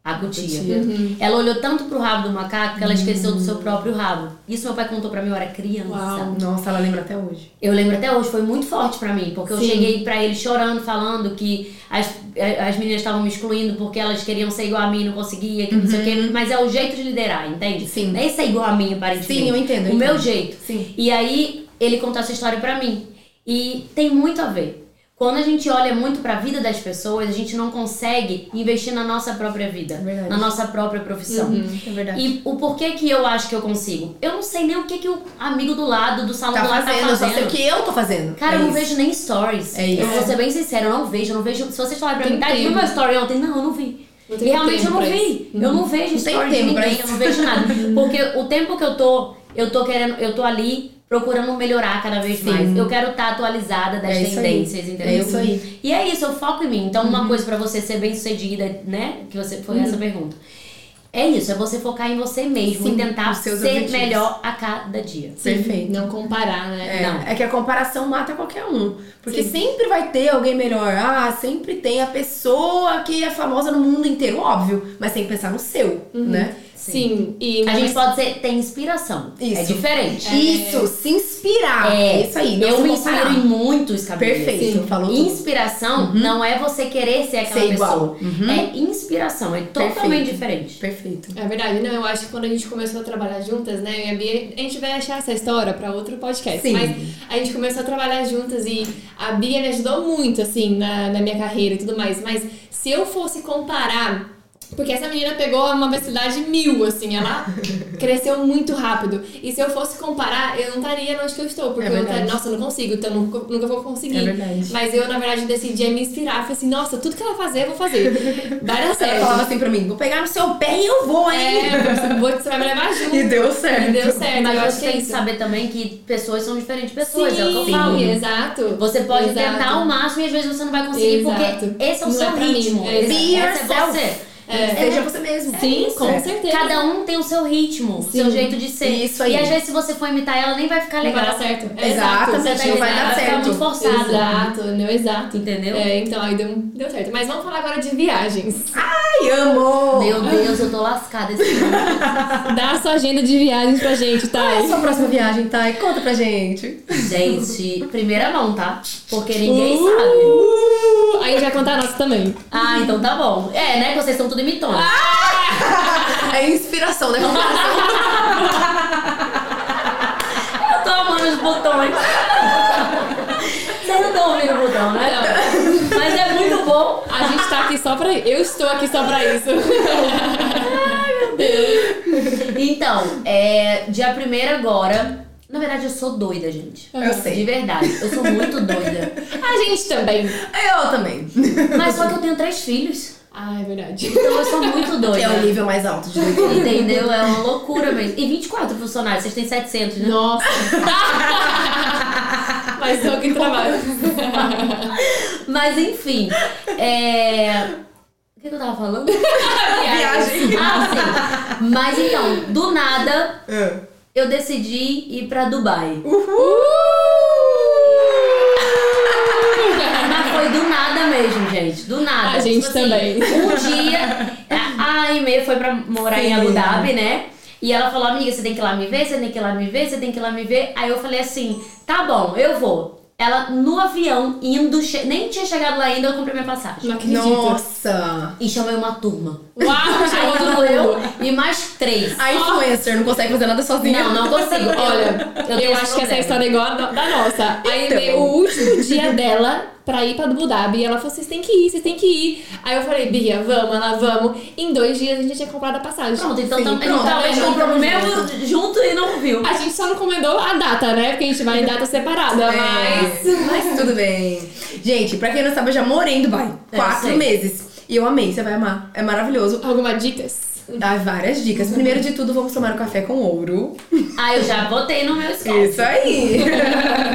Speaker 3: A cutia.
Speaker 2: cutia.
Speaker 3: Ela olhou tanto pro rabo do macaco que ela esqueceu do seu próprio rabo. Isso meu pai contou pra mim, eu era criança.
Speaker 1: Uau.
Speaker 2: Nossa, ela lembra até hoje.
Speaker 3: Eu lembro até hoje, foi muito forte pra mim, porque
Speaker 1: Sim.
Speaker 3: eu cheguei pra ele chorando, falando que as, a- as meninas estavam me excluindo porque elas queriam ser igual a mim e não conseguia, que não sei o quê, mas é o jeito de liderar, entende?
Speaker 2: Uhum. Sim.
Speaker 3: Não é ser igual a mim, aparentemente.
Speaker 2: Sim, eu entendo, eu
Speaker 3: O meu
Speaker 2: entendo.
Speaker 3: jeito.
Speaker 2: Sim.
Speaker 3: E aí ele contou essa história pra mim. E tem muito a ver. Quando a gente olha muito pra vida das pessoas, a gente não consegue investir na nossa própria vida,
Speaker 2: É Verdade.
Speaker 3: na nossa própria profissão.
Speaker 2: É verdade.
Speaker 3: E o porquê que eu acho que eu consigo? Eu não sei nem o que, que o amigo do lado, do salão
Speaker 2: tá
Speaker 3: do lado,
Speaker 2: fazendo,
Speaker 3: tá
Speaker 2: eu só
Speaker 3: fazendo.
Speaker 2: sei o que eu tô fazendo. É
Speaker 3: Cara, eu não
Speaker 2: isso.
Speaker 3: vejo nem stories.
Speaker 2: É isso.
Speaker 3: Eu vou ser bem sincera, eu não vejo, eu não vejo. Se vocês falarem pra
Speaker 1: Tem
Speaker 3: mim, tá aqui
Speaker 1: tempo.
Speaker 3: uma story ontem, não, eu não vi.
Speaker 1: Não
Speaker 3: E
Speaker 1: tem
Speaker 3: realmente eu
Speaker 1: tempo
Speaker 3: não
Speaker 1: pra isso.
Speaker 3: vi. Eu não vejo
Speaker 2: Uhum. Não tem
Speaker 3: story de
Speaker 2: tempo pra
Speaker 3: ninguém, eu
Speaker 2: isso. Uhum.
Speaker 3: não vejo nada. Porque o tempo que eu tô, eu tô querendo, eu tô ali procurando melhorar cada vez
Speaker 2: Sim.
Speaker 3: mais. Eu quero estar atualizada das
Speaker 2: É isso aí.
Speaker 3: tendências, entendeu?
Speaker 2: É isso aí. Uhum.
Speaker 3: E é isso, eu foco em mim. Então, uma coisa pra você ser bem-sucedida, né? Que você foi essa pergunta. É isso, é você focar em você mesmo
Speaker 2: Sim,
Speaker 3: e tentar
Speaker 2: os
Speaker 3: ser
Speaker 2: seus objetivos.
Speaker 3: melhor a cada dia.
Speaker 2: Perfeito.
Speaker 1: Não comparar, né?
Speaker 2: É,
Speaker 3: Não.
Speaker 2: é que a comparação mata qualquer um. Porque sempre vai ter alguém melhor. Ah, sempre tem a pessoa que é famosa no mundo inteiro, óbvio. Mas tem que pensar no seu,
Speaker 3: Uhum.
Speaker 2: né?
Speaker 1: Sim. E
Speaker 3: A gente pode ser, ter inspiração.
Speaker 2: Isso.
Speaker 3: É diferente.
Speaker 2: Isso, se inspirar. É, isso aí.
Speaker 1: então
Speaker 2: Não
Speaker 3: eu
Speaker 2: se
Speaker 3: me
Speaker 2: comparar.
Speaker 3: inspiro em muitos cabelos.
Speaker 2: Perfeito,
Speaker 1: Sim.
Speaker 2: falou tudo.
Speaker 1: Uhum.
Speaker 3: Inspiração não é você querer ser aquela
Speaker 2: Ser igual.
Speaker 3: pessoa. É inspiração, é totalmente
Speaker 2: Perfeito.
Speaker 3: diferente.
Speaker 2: Perfeito.
Speaker 1: É verdade, não, eu acho que quando a gente começou a trabalhar juntas, né, eu e a Bia, a gente vai achar essa história pra outro podcast,
Speaker 2: Sim.
Speaker 1: mas a gente começou a trabalhar juntas e a Bia me ajudou muito, assim, na, na minha carreira e tudo mais, mas se eu fosse comparar, porque essa menina pegou uma velocidade mil, assim, ela cresceu muito rápido, e se eu fosse comparar, eu não estaria onde que eu estou, porque
Speaker 2: É
Speaker 1: eu
Speaker 2: verdade.
Speaker 1: estaria, nossa, eu não consigo, então nunca, nunca vou conseguir.
Speaker 2: É verdade.
Speaker 1: Mas eu, na verdade, decidi me inspirar, falei assim, nossa, tudo que ela fazer, eu vou fazer. Vai dar
Speaker 3: É.
Speaker 2: Ela
Speaker 1: certo.
Speaker 2: falava assim pra mim: vou pegar no seu pé e eu vou, hein?
Speaker 1: É, vou, você vai me levar junto.
Speaker 2: E deu certo.
Speaker 1: E deu certo.
Speaker 3: Mas
Speaker 1: eu acho que
Speaker 3: você
Speaker 1: é
Speaker 3: tem que
Speaker 1: isso.
Speaker 3: saber também que pessoas são diferentes de pessoas, é o que eu falo.
Speaker 1: Sim, exato.
Speaker 3: Você pode
Speaker 1: Exato.
Speaker 3: tentar o máximo e às vezes você não vai conseguir,
Speaker 1: Exato.
Speaker 3: porque esse é o
Speaker 1: Não é
Speaker 3: seu
Speaker 1: pra mim.
Speaker 3: ritmo.
Speaker 1: É,
Speaker 3: Esse-
Speaker 2: Be
Speaker 3: esse é
Speaker 2: yourself.
Speaker 3: você.
Speaker 2: Seja você mesmo.
Speaker 1: Sim, com
Speaker 2: É.
Speaker 1: certeza.
Speaker 3: Cada um tem o seu ritmo, o seu
Speaker 1: Sim.
Speaker 3: jeito de ser.
Speaker 2: Isso aí.
Speaker 3: E às vezes se você for imitar ela, nem vai ficar
Speaker 1: Não
Speaker 3: legal.
Speaker 1: vai dar certo.
Speaker 2: Exatamente,
Speaker 1: Exato.
Speaker 2: não vai dar
Speaker 1: Exato.
Speaker 3: Vai ficar
Speaker 2: certo.
Speaker 3: muito forçado.
Speaker 1: né? Exato, não, exato.
Speaker 3: Entendeu?
Speaker 1: É, então, aí deu, deu certo. Mas vamos falar agora de viagens.
Speaker 2: Ai, amo!
Speaker 3: Meu Deus, eu tô lascada esse ano.
Speaker 1: Dá a sua agenda de viagens pra gente, tá?
Speaker 2: Qual é a sua próxima viagem, Thay? Conta pra gente.
Speaker 3: Gente, primeira mão, tá? Porque ninguém
Speaker 2: Uh!
Speaker 3: sabe.
Speaker 1: Uh, aí já contar a nossa também.
Speaker 3: Ah, então tá bom. É, né? Que vocês são tudo imitando.
Speaker 2: É inspiração, né?
Speaker 3: Eu tô amando os botões. Vocês não estão ouvindo o botão, né? Mas é muito bom.
Speaker 1: Então, A gente tá aqui só pra Eu estou aqui só pra isso.
Speaker 3: Então, é, dia primeiro agora. Na verdade, eu sou doida, gente.
Speaker 2: Eu
Speaker 3: De
Speaker 2: sei.
Speaker 3: verdade, eu sou muito doida.
Speaker 1: A gente também.
Speaker 2: Eu É também.
Speaker 3: Mas só que eu tenho três filhos.
Speaker 1: Ah, é verdade.
Speaker 3: Então eu sou muito doida.
Speaker 2: É o nível mais alto de
Speaker 3: Entendeu? É uma loucura mesmo. E 24 funcionários, vocês têm 700, né?
Speaker 1: Nossa. Mas sou que trabalho.
Speaker 3: Mas enfim. É... O que, que eu tava falando?
Speaker 2: viagem.
Speaker 3: Ah, sim. Mas então, do nada,
Speaker 2: Ah.
Speaker 3: eu decidi ir pra Dubai. Mas foi do nada mesmo, gente. Do nada.
Speaker 1: A gente também.
Speaker 3: Um dia, a a Aimee foi pra morar em
Speaker 2: Sim.
Speaker 3: Abu Dhabi, né? E ela falou, amiga, você tem que ir lá me ver, você tem que ir lá me ver, você tem que ir lá me ver. Aí eu falei assim, tá bom, eu vou. Ela no avião, indo, che- nem tinha chegado lá ainda, eu comprei minha passagem.
Speaker 1: Não acredito.
Speaker 2: Nossa!
Speaker 3: E chamei uma turma.
Speaker 1: Uau,
Speaker 3: Aí
Speaker 1: chamou
Speaker 3: fui
Speaker 1: eu.
Speaker 3: eu e mais três.
Speaker 2: A influencer não consegue fazer nada sozinha.
Speaker 3: Não, não consigo.
Speaker 1: Olha, eu,
Speaker 3: tenho esse
Speaker 1: acho que essa
Speaker 3: problema.
Speaker 1: história é igual a no- da nossa. Aí
Speaker 2: Então.
Speaker 1: veio o último dia dela pra ir pra Abu Dhabi. E ela falou: vocês têm que ir, vocês têm que ir. Aí eu falei, Bia, vamos, ela vamos. Em dois dias a gente já tinha comprado a passagem.
Speaker 3: Pronto, então
Speaker 2: Sim,
Speaker 3: tam-
Speaker 2: pronto.
Speaker 3: talvez
Speaker 1: Tamo
Speaker 3: comprou
Speaker 1: junto.
Speaker 3: mesmo junto e não viu.
Speaker 1: A gente só não comendou a data, né? Porque a gente vai em data separada, mas.
Speaker 2: É, mas tudo bem. Gente, pra quem não sabe, eu já morei em Dubai.
Speaker 3: É,
Speaker 2: quatro
Speaker 3: sei.
Speaker 2: meses. E eu amei, você vai amar. É maravilhoso.
Speaker 1: Alguma dicas?
Speaker 3: Uhum.
Speaker 2: Dá várias dicas. Primeiro de tudo, vamos tomar um café com ouro.
Speaker 3: Ah, eu já botei no meu escopo.
Speaker 2: Isso aí!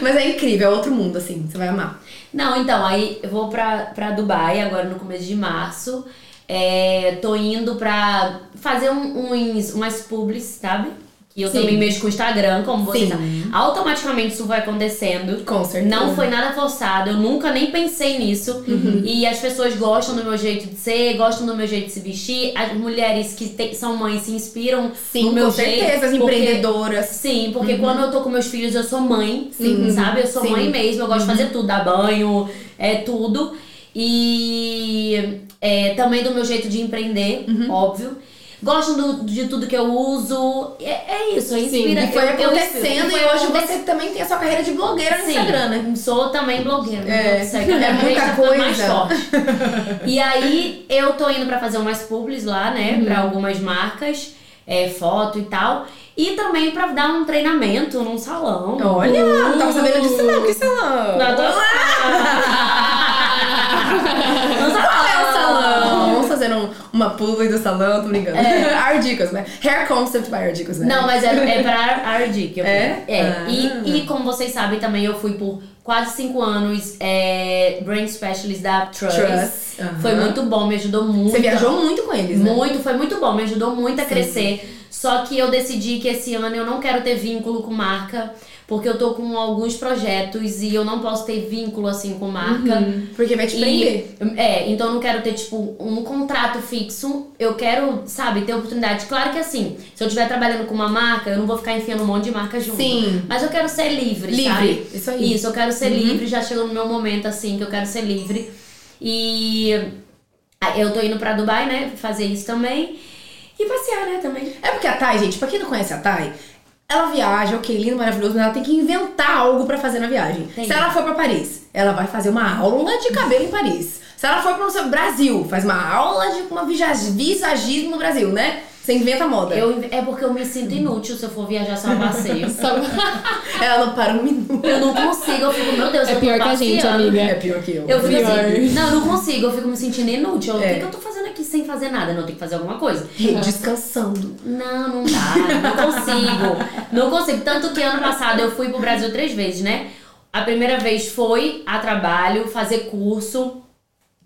Speaker 2: Mas é incrível, é outro mundo, assim, você vai amar.
Speaker 3: Não, então, aí eu vou pra, pra Dubai agora no começo de março. É, tô indo pra fazer um, uns, umas publis, sabe? Que eu
Speaker 2: Sim.
Speaker 3: também mexo com o Instagram, como você
Speaker 2: Sim.
Speaker 3: sabe. Automaticamente isso vai acontecendo.
Speaker 2: Com certeza.
Speaker 3: Não foi nada forçado, eu nunca nem pensei nisso.
Speaker 2: Uhum.
Speaker 3: E as pessoas gostam do meu jeito de ser, gostam do meu jeito de se vestir. As mulheres que te- são mães se inspiram
Speaker 2: Sim,
Speaker 3: no assim, meu
Speaker 2: com
Speaker 3: jeito.
Speaker 2: certeza, as
Speaker 3: porque-
Speaker 2: empreendedoras.
Speaker 3: Sim, porque quando eu tô com meus filhos, eu sou mãe,
Speaker 2: Uhum. Sim.
Speaker 3: sabe? Eu sou
Speaker 2: Sim. Uhum.
Speaker 3: mãe mesmo, eu gosto de fazer tudo, dar banho, é tudo. E é, também do meu jeito de empreender,
Speaker 2: Uhum.
Speaker 3: óbvio. Gosto do- de tudo que eu uso. É, é isso, é inspira.
Speaker 2: E foi
Speaker 3: eu- eu
Speaker 2: acontecendo
Speaker 3: inspiro.
Speaker 2: e hoje
Speaker 3: acontecendo.
Speaker 2: você também tem a sua carreira de blogueira no
Speaker 3: Sim.
Speaker 2: Instagram, né?
Speaker 3: Sou também blogueira.
Speaker 2: É.
Speaker 3: né? Segue,
Speaker 2: É
Speaker 3: cada vez
Speaker 2: muita
Speaker 3: tá ficando Mais
Speaker 2: coisa.
Speaker 3: forte. E aí, eu tô indo pra fazer umas publis lá, né?
Speaker 2: Uhum.
Speaker 3: Pra algumas marcas, é, foto e tal. E também pra dar um treinamento num salão.
Speaker 2: Olha, não tava sabendo disso não, que salão?
Speaker 3: Na tua
Speaker 1: Ah,
Speaker 3: No salão.
Speaker 2: Qual é o salão? Vamos fazer um- uma publi do salão, tô brincando. É. Ardicos, né? Hair Concept by Ardicos, né?
Speaker 3: Não, mas é, é pra RD que eu fui.
Speaker 2: É?
Speaker 3: É.
Speaker 2: Ah.
Speaker 3: E, e como vocês sabem também, eu fui por quase cinco anos é, brand specialist da Trust.
Speaker 2: Trust, aham.
Speaker 3: Foi muito bom, me ajudou muito.
Speaker 2: Você viajou muito com eles, né?
Speaker 3: Muito, foi muito bom, me ajudou muito a crescer. Só que eu decidi que esse ano eu não quero ter vínculo com marca, porque eu tô com alguns projetos e eu não posso ter vínculo assim com marca.
Speaker 2: Porque vai te prender.
Speaker 3: E, é, então eu não quero ter, tipo, um contrato fixo. Eu quero, sabe, ter oportunidade. Claro que assim, se eu estiver trabalhando com uma marca, eu não vou ficar enfiando um monte de marca junto.
Speaker 2: Sim.
Speaker 3: Mas eu quero ser livre,
Speaker 2: Livre,
Speaker 3: sabe?
Speaker 2: isso aí.
Speaker 3: Isso, eu quero ser
Speaker 1: Uhum.
Speaker 3: livre. Já chegou no meu momento, assim, que eu quero ser livre. E ah, eu tô indo pra Dubai, né, fazer isso também. E passear, né, também.
Speaker 2: É porque a Thay, gente, pra quem não conhece a Thay, ela viaja, ok, lindo, maravilhoso, mas ela tem que inventar algo pra fazer na viagem.
Speaker 3: Tem.
Speaker 2: Se ela for pra Paris, ela vai fazer uma aula de cabelo em Paris. Se ela for pro seu Brasil, faz uma aula de uma vija- visagismo no Brasil, né? Você inventa moda.
Speaker 3: Eu, é porque eu me sinto inútil se eu for viajar só a passeio.
Speaker 2: Ela não para um minuto.
Speaker 3: eu não consigo, eu fico, meu Deus,
Speaker 1: É
Speaker 3: eu tô
Speaker 1: pior que a gente,
Speaker 3: passeando.
Speaker 1: amiga.
Speaker 2: É pior que eu.
Speaker 3: Eu fico
Speaker 1: Pior.
Speaker 3: assim, não, eu não consigo, eu fico me sentindo inútil. Eu, O
Speaker 2: É.
Speaker 3: que, que eu tô fazendo aqui sem fazer nada? Não, eu tenho que fazer alguma coisa.
Speaker 2: Descansando.
Speaker 3: Não, não dá, não consigo. Não consigo. Tanto que ano passado eu fui pro Brasil três vezes, né? A primeira vez foi a trabalho, fazer curso.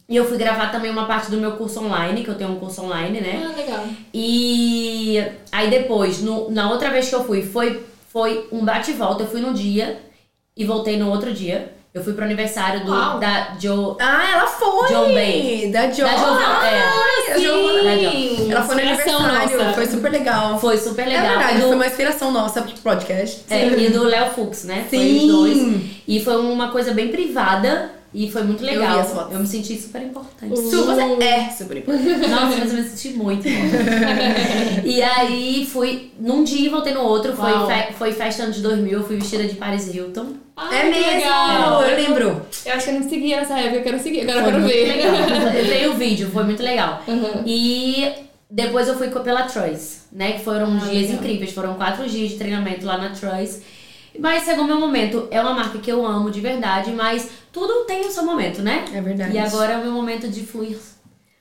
Speaker 3: E eu fui gravar também uma parte do meu curso online, que eu tenho um curso online, né?
Speaker 1: Ah, legal.
Speaker 3: E aí depois, no- na outra vez que eu fui, foi, foi um bate e volta. Eu fui num dia e voltei no outro dia. Eu fui pro aniversário do,
Speaker 1: Uau.
Speaker 3: da Jo.
Speaker 2: Ah, ela foi!
Speaker 3: John Bay.
Speaker 2: Da John.
Speaker 3: Da Giovanna, é.
Speaker 2: a Giovanna,
Speaker 3: né,
Speaker 1: Sim.
Speaker 2: Ela foi no
Speaker 1: Inspiração
Speaker 2: aniversário,
Speaker 1: nossa.
Speaker 2: foi super legal.
Speaker 3: Foi super
Speaker 2: É
Speaker 3: legal.
Speaker 2: verdade,
Speaker 3: E do-
Speaker 2: foi uma inspiração nossa pro podcast.
Speaker 3: é, e do Léo Fux, né? Foi os
Speaker 2: Sim.
Speaker 3: dois. E foi uma coisa bem privada e foi muito
Speaker 2: vi
Speaker 3: legal.
Speaker 2: as fotos.
Speaker 3: me senti super importante.
Speaker 2: Su,
Speaker 1: Uhum.
Speaker 2: você é super importante.
Speaker 3: Nossa, mas eu me senti muito. e aí fui num dia e voltei no outro. Foi,
Speaker 1: Uau.
Speaker 3: fe- foi festa de 2000, eu fui vestida de Paris Hilton.
Speaker 1: Ai,
Speaker 2: É
Speaker 1: que
Speaker 2: mesmo!
Speaker 1: Legal.
Speaker 2: Eu lembro.
Speaker 1: Eu acho que eu não seguia nessa época, eu quero seguir, agora eu
Speaker 2: Foi
Speaker 1: quero
Speaker 2: muito
Speaker 1: ver.
Speaker 3: Legal. Eu tenho o vídeo, foi muito legal.
Speaker 1: Uhum.
Speaker 3: E depois eu fui co- pela Trois, né? Que foram
Speaker 1: Ah,
Speaker 3: dias
Speaker 1: legal.
Speaker 3: incríveis, foram quatro dias de treinamento lá na Trois. Mas chegou meu momento. É uma marca que eu amo de verdade, mas tudo tem o seu momento, né?
Speaker 2: É verdade.
Speaker 3: E agora é o meu momento de fluir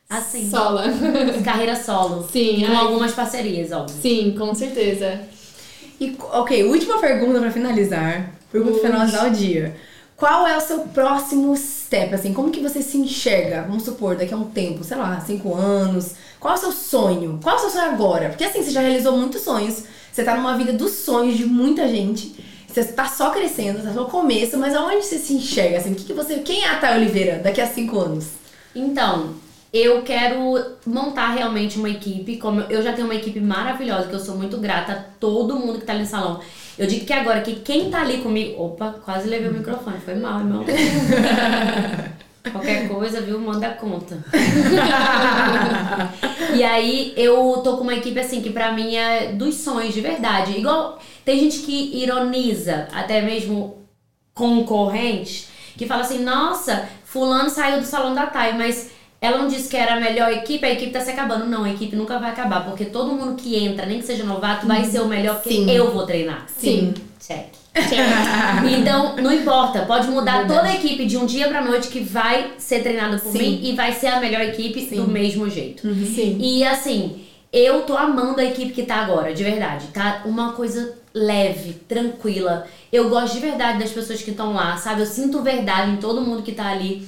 Speaker 3: assim.
Speaker 1: Sola.
Speaker 3: Carreira solo.
Speaker 1: Sim,
Speaker 3: Com
Speaker 1: ai.
Speaker 3: algumas parcerias, óbvio.
Speaker 1: Sim, com certeza.
Speaker 2: E, ok, última pergunta pra finalizar. Pergunta pra finalizar o dia. Qual é o seu próximo step, assim? Como que você se enxerga, vamos supor, daqui a um tempo, sei lá, cinco anos? Qual é o seu sonho? Qual é o seu sonho agora? Porque assim, você já realizou muitos sonhos. Você tá numa vida dos sonhos de muita gente. Você tá só crescendo, tá só no começo. Mas aonde você se enxerga, assim? O que, que você... Quem é a Thay Oliveira daqui a cinco anos?
Speaker 3: Então, eu quero montar realmente uma equipe. Como eu já tenho uma equipe maravilhosa, que eu sou muito grata a todo mundo que tá ali no salão. Eu digo que agora que quem tá ali comigo. Opa, quase levei o microfone, foi mal, irmão. Qualquer coisa, viu? Manda a conta. e aí eu tô com uma equipe assim que pra mim é dos sonhos de verdade. Igual tem gente que ironiza, até mesmo concorrentes, que fala assim: "Nossa, fulano saiu do salão da Thay, mas ela não disse que era a melhor equipe, a equipe tá se acabando. Não, a equipe nunca vai acabar, porque todo mundo que entra, nem que seja novato, vai ser o melhor, porque
Speaker 2: Sim.
Speaker 3: eu vou treinar.
Speaker 1: Sim.
Speaker 3: Check. Então, não importa, pode mudar toda a equipe de um dia pra noite que vai ser treinada por
Speaker 2: Sim.
Speaker 3: mim e vai ser a melhor equipe do mesmo jeito.
Speaker 1: Sim.
Speaker 3: E assim, eu tô amando a equipe que tá agora, de verdade. Tá uma coisa leve, tranquila. Eu gosto de verdade das pessoas que estão lá, sabe? Eu sinto verdade em todo mundo que tá ali.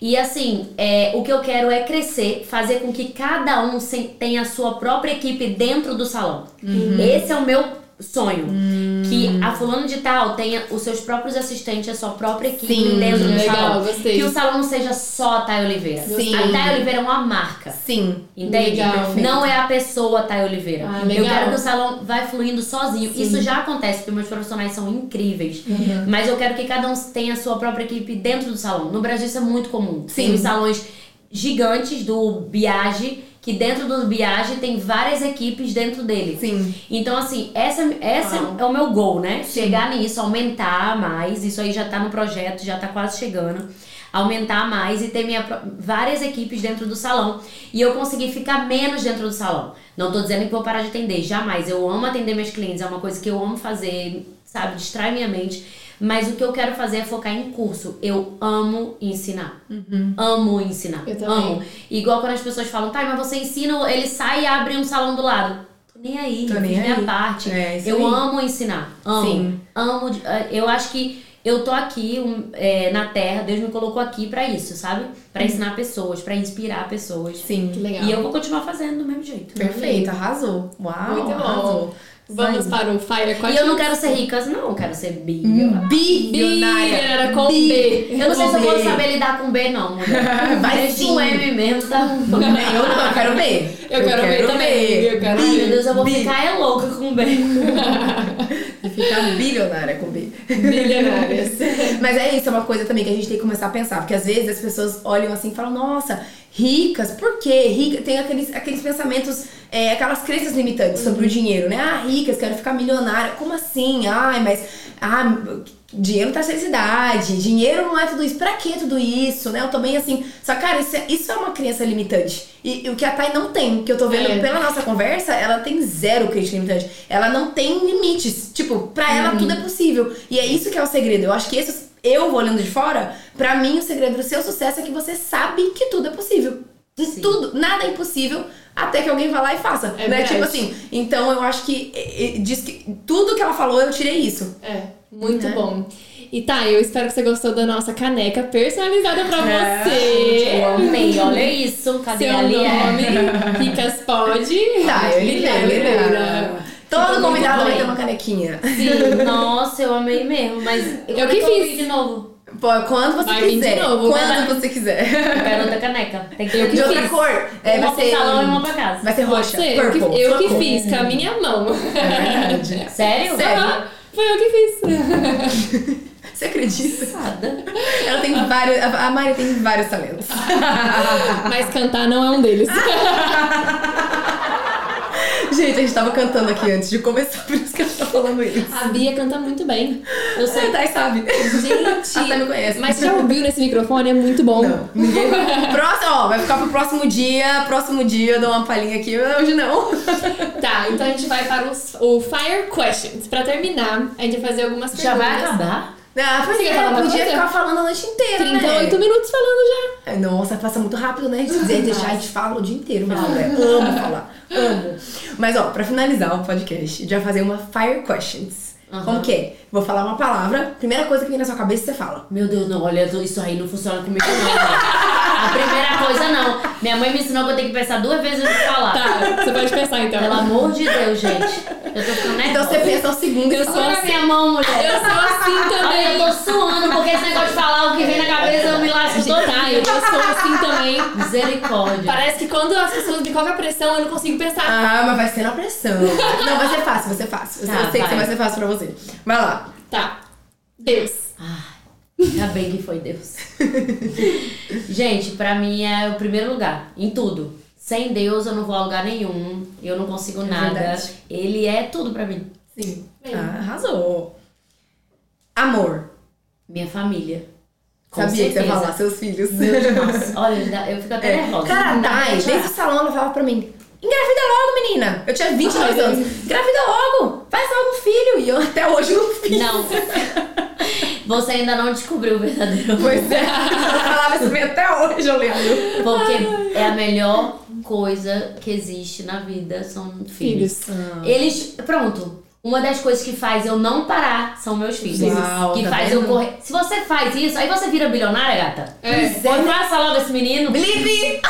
Speaker 3: E assim, é, o que eu quero é crescer, fazer com que cada um se- tenha a sua própria equipe dentro do salão. Esse é o meu sonho. Que a fulano de tal tenha os seus próprios assistentes, a sua própria equipe
Speaker 2: Sim,
Speaker 3: dentro do
Speaker 1: legal,
Speaker 3: salão.
Speaker 1: gostei.
Speaker 3: Que o salão não seja só a Thay Oliveira.
Speaker 2: Sim.
Speaker 3: A Thay Oliveira é uma marca.
Speaker 2: Sim.
Speaker 3: Entende?
Speaker 1: Legal.
Speaker 3: Não é a pessoa, Thay Oliveira.
Speaker 1: Ah,
Speaker 3: eu
Speaker 1: legal.
Speaker 3: quero que o salão vai fluindo sozinho. Isso já acontece, porque meus profissionais são incríveis.
Speaker 1: Uhum.
Speaker 3: Mas eu quero que cada um tenha a sua própria equipe dentro do salão. No Brasil isso é muito comum. Tem os salões gigantes do Biage, que dentro do Biage tem várias equipes dentro dele.
Speaker 2: Sim.
Speaker 3: Então, assim, essa, essa
Speaker 1: Uau.
Speaker 3: é o meu gol, né? Chegar nisso, aumentar mais. Isso aí já tá no projeto, já tá quase chegando. Aumentar mais e ter minha, pró- várias equipes dentro do salão. E eu conseguir ficar menos dentro do salão. Não tô dizendo que vou parar de atender, jamais. Eu amo atender meus clientes, é uma coisa que eu amo fazer, sabe? Distrai minha mente. Mas o que eu quero fazer é focar em curso. Eu amo ensinar. Amo ensinar.
Speaker 1: Uhum. Eu também.
Speaker 3: amo. Igual quando as pessoas falam, tá, mas você ensina, ele sai e abre um salão do lado. Tô nem aí,
Speaker 2: Tô
Speaker 3: eu
Speaker 2: nem
Speaker 3: fiz minha
Speaker 2: aí.
Speaker 3: parte.
Speaker 2: É, isso
Speaker 3: eu
Speaker 2: aí.
Speaker 3: amo ensinar. Amo.
Speaker 2: Sim.
Speaker 3: Amo. de- eh, Eu acho que eu tô aqui um, eh, na Terra, Deus me colocou aqui pra isso, sabe?
Speaker 2: Hum.
Speaker 3: Pra ensinar pessoas, pra inspirar pessoas.
Speaker 2: Sim.
Speaker 1: Que legal.
Speaker 3: E eu vou continuar fazendo do mesmo jeito.
Speaker 2: Perfeito, arrasou. Uau,
Speaker 1: Muito bom.
Speaker 2: arrasou.
Speaker 1: Vamos
Speaker 2: Isso aí.
Speaker 1: para o Fire
Speaker 3: é E eu não quero ser rica, não, eu quero ser bi.
Speaker 2: Hum.
Speaker 3: Eu-
Speaker 1: Bilionária com
Speaker 2: Bi-
Speaker 1: B.
Speaker 3: Eu não sei se eu vou
Speaker 2: B.
Speaker 3: saber lidar com B, não, mulher.
Speaker 2: Vai
Speaker 3: Deixa
Speaker 2: sim.
Speaker 3: um M mesmo, tá?
Speaker 2: Eu não, eu quero ver.
Speaker 1: Eu quero ver também, eu quero
Speaker 3: Ai, meu Deus, eu vou
Speaker 2: Bi.
Speaker 3: ficar é louca com B.
Speaker 2: E ficar bilionária com B.
Speaker 1: Bilionárias.
Speaker 2: Mas é isso, é uma coisa também que a gente tem que começar a pensar. Porque às vezes as pessoas olham assim e falam, nossa, ricas, por quê? Rica, tem aqueles, aqueles pensamentos, é, aquelas crenças limitantes sobre o dinheiro, né? Ah, ricas, quero ficar milionária. Como assim? Ai, mas. Ah, dinheiro tá necessidade, dinheiro não é tudo isso. Pra que tudo isso, né? Eu também assim. Só, cara, isso é, isso é uma crença limitante. E, e o que a Thay não tem, que eu tô vendo
Speaker 1: É.
Speaker 2: pela nossa conversa, ela tem zero crença limitante. Ela não tem limites. Tipo, pra ela
Speaker 1: Uhum.
Speaker 2: tudo é possível. E é isso que é o segredo. Eu acho que esse, eu olhando de fora, pra mim o segredo do seu sucesso é que você sabe que tudo é possível. E Tudo, nada é impossível até que alguém vá lá e faça.
Speaker 1: É
Speaker 2: né?
Speaker 1: verdade.
Speaker 2: Tipo assim, então eu acho que, eh, eh, diz que tudo que ela falou, eu tirei isso.
Speaker 1: É, muito bom. E tá, eu espero que você gostou da nossa caneca personalizada pra
Speaker 2: É,
Speaker 1: você.
Speaker 3: Eu amei, olha isso. Cadê
Speaker 1: Seu
Speaker 3: ali? É
Speaker 1: nome, Ricas é Pode.
Speaker 2: Tá, eu
Speaker 1: Lilian
Speaker 2: libero.
Speaker 1: Oliveira.
Speaker 2: Todo
Speaker 3: Muito
Speaker 2: convidado vai
Speaker 3: bem.
Speaker 2: ter uma canequinha.
Speaker 3: Sim, assim. nossa, eu amei mesmo, mas
Speaker 2: É
Speaker 1: Eu que
Speaker 3: quero
Speaker 1: fiz.
Speaker 3: de novo.
Speaker 2: Pô, quando você
Speaker 1: Vai vir de
Speaker 2: quiser.
Speaker 1: novo, né? vai
Speaker 2: quando você quiser.
Speaker 3: Eu quero outra caneca. Tem que ter
Speaker 1: Eu
Speaker 3: eu
Speaker 1: que
Speaker 2: De
Speaker 3: que
Speaker 2: outra
Speaker 1: fiz.
Speaker 2: cor. É,
Speaker 3: uma
Speaker 2: vai
Speaker 3: pro
Speaker 2: ser.
Speaker 3: salão e uma pra casa.
Speaker 2: Vai ser
Speaker 1: Pode
Speaker 2: roxa.
Speaker 1: ser, eu que,
Speaker 2: purple,
Speaker 1: eu que
Speaker 2: sua cor.
Speaker 1: fiz com a minha mão.
Speaker 2: É verdade.
Speaker 3: Sério? Tá
Speaker 2: Sério.
Speaker 1: Ah, Foi eu que fiz.
Speaker 2: Você acredita?
Speaker 3: Nada.
Speaker 2: Ela tem vários. A a Mari tem vários talentos. Tá.
Speaker 1: Mas cantar não é um deles.
Speaker 2: Ah, Gente, a gente tava cantando aqui antes de começar, por isso que ela tá falando isso.
Speaker 1: A Bia canta muito bem. Eu sei.
Speaker 2: Você tá, sabe?
Speaker 1: Gente,
Speaker 2: Até me conhece.
Speaker 1: mas já ouviu nesse microfone? É muito bom.
Speaker 2: Não, ninguém. Próximo, ó, vai ficar pro próximo dia. Próximo dia eu dou uma palhinha aqui. Hoje não.
Speaker 1: Tá, então a gente vai para os, o Fire Questions. Pra terminar, a gente vai fazer algumas
Speaker 3: Já
Speaker 1: perguntas.
Speaker 3: vai acabar?
Speaker 2: Ah, pois
Speaker 1: Você quer falar
Speaker 2: é,
Speaker 1: uma
Speaker 2: podia
Speaker 1: coisa?
Speaker 2: ficar falando a noite inteira.
Speaker 1: 38
Speaker 2: né?
Speaker 1: então minutos falando já.
Speaker 2: Ai, Nossa, passa muito rápido, né? Se quiser deixar, a gente fala o dia inteiro, mas eu amo falar. Amo. Mas ó, pra finalizar o podcast, a gente vai fazer uma fire questions.
Speaker 3: Aham.
Speaker 2: Como que é? Vou falar uma palavra, primeira coisa que vem na sua cabeça, você fala.
Speaker 3: Meu Deus, não, olha, isso aí não funciona comigo não. né? A primeira coisa não. Minha mãe me ensinou que eu tenho que pensar duas vezes antes de falar.
Speaker 1: Tá, você pode pensar então.
Speaker 3: Pelo amor de Deus, gente. Eu tô ficando nervosa.
Speaker 2: Então você pensa o segundo e
Speaker 1: Eu
Speaker 2: fala.
Speaker 1: sou
Speaker 3: Olha
Speaker 1: assim.
Speaker 3: minha mão, mulher.
Speaker 1: Eu sou assim
Speaker 3: Olha, eu
Speaker 1: também.
Speaker 3: tô suando porque esse negócio de falar o que vem na cabeça eu me lasco
Speaker 1: Tá, eu
Speaker 3: total.
Speaker 1: sou assim também.
Speaker 3: Misericórdia.
Speaker 1: Parece que quando as pessoas me colocam a pressão, eu não consigo pensar.
Speaker 2: Ah, mas vai ser na pressão. Não, vai ser fácil, vai ser fácil. Eu
Speaker 3: Tá,
Speaker 2: sei que
Speaker 3: vai.
Speaker 2: vai ser fácil pra você. Vai lá.
Speaker 1: Tá. Deus.
Speaker 3: Ainda bem que foi Deus. Gente, pra mim é o primeiro lugar, em tudo. Sem Deus eu não vou a lugar nenhum, eu não consigo nada.
Speaker 2: É verdade.
Speaker 3: Ele é tudo pra mim.
Speaker 2: Sim.
Speaker 1: Bem.
Speaker 2: Ah, arrasou. Amor.
Speaker 3: Minha família. Com
Speaker 2: Sabia que você ia
Speaker 3: certeza.
Speaker 2: falar, seus filhos.
Speaker 3: Meu Deus, olha, eu dá- eu fico até
Speaker 2: É.
Speaker 3: nervosa.
Speaker 2: Cara, a Thay,
Speaker 1: Não, já.
Speaker 2: desde o salão ela é. falava pra mim: engravida logo, menina. Eu tinha 22
Speaker 1: Ai,
Speaker 2: anos. Engravida logo, faz logo um filho. E e eu até hoje não fiz.
Speaker 3: Não. Você ainda não descobriu o verdadeiro amor.
Speaker 2: Pois é, ela falava isso mesmo até hoje, eu lembro.
Speaker 3: Porque é a melhor coisa que existe na vida são filhos.
Speaker 1: Filhos.
Speaker 3: Eles. Pronto. Uma das coisas que faz eu não parar são meus filhos.
Speaker 2: Uau,
Speaker 3: que
Speaker 2: tá
Speaker 3: faz eu
Speaker 2: vendo?
Speaker 3: correr. Se você faz isso, aí você vira bilionária, gata.
Speaker 1: É.
Speaker 3: Contraça logo esse menino.
Speaker 2: Blip!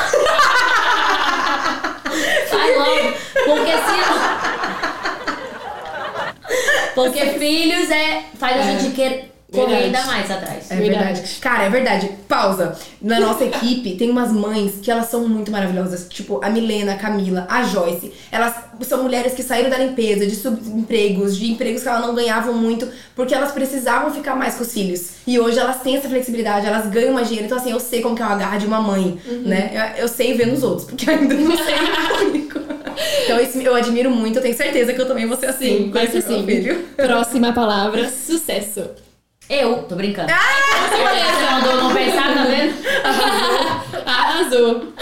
Speaker 3: Faz logo. Porque se. Porque filhos é. faz a gente querer correr
Speaker 1: Verdade.
Speaker 3: ainda mais atrás.
Speaker 2: É
Speaker 1: Verdade.
Speaker 2: verdade. Cara, é verdade. Pausa. Na nossa equipe tem umas mães que elas são muito maravilhosas. Tipo, a Milena, a Camila, a Joyce. Elas são mulheres que saíram da limpeza, de subempregos, de empregos que elas não ganhavam muito, porque elas precisavam ficar mais com os filhos. E hoje elas têm essa flexibilidade, elas ganham mais dinheiro. Então, assim, eu sei como que é uma garra de uma mãe, né? Eu, eu sei ver nos outros, porque ainda não sei único. Então, isso eu admiro muito, eu tenho certeza que eu também vou ser assim.
Speaker 1: Sim,
Speaker 2: com
Speaker 1: vai ser
Speaker 2: esse meu
Speaker 1: sim.
Speaker 2: filho.
Speaker 1: Próxima palavra, sucesso.
Speaker 3: Eu, tô brincando. Ah! Mandou não pensar, tá vendo?
Speaker 1: Arrasou.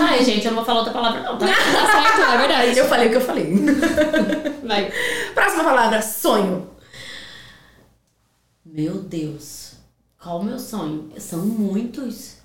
Speaker 3: Ai, gente, eu não vou falar outra palavra, não, tá?
Speaker 1: Tá certo, é verdade.
Speaker 2: Eu falei o que eu falei.
Speaker 1: Vai.
Speaker 2: Próxima palavra, sonho.
Speaker 3: Meu Deus, qual o meu sonho? São muitos.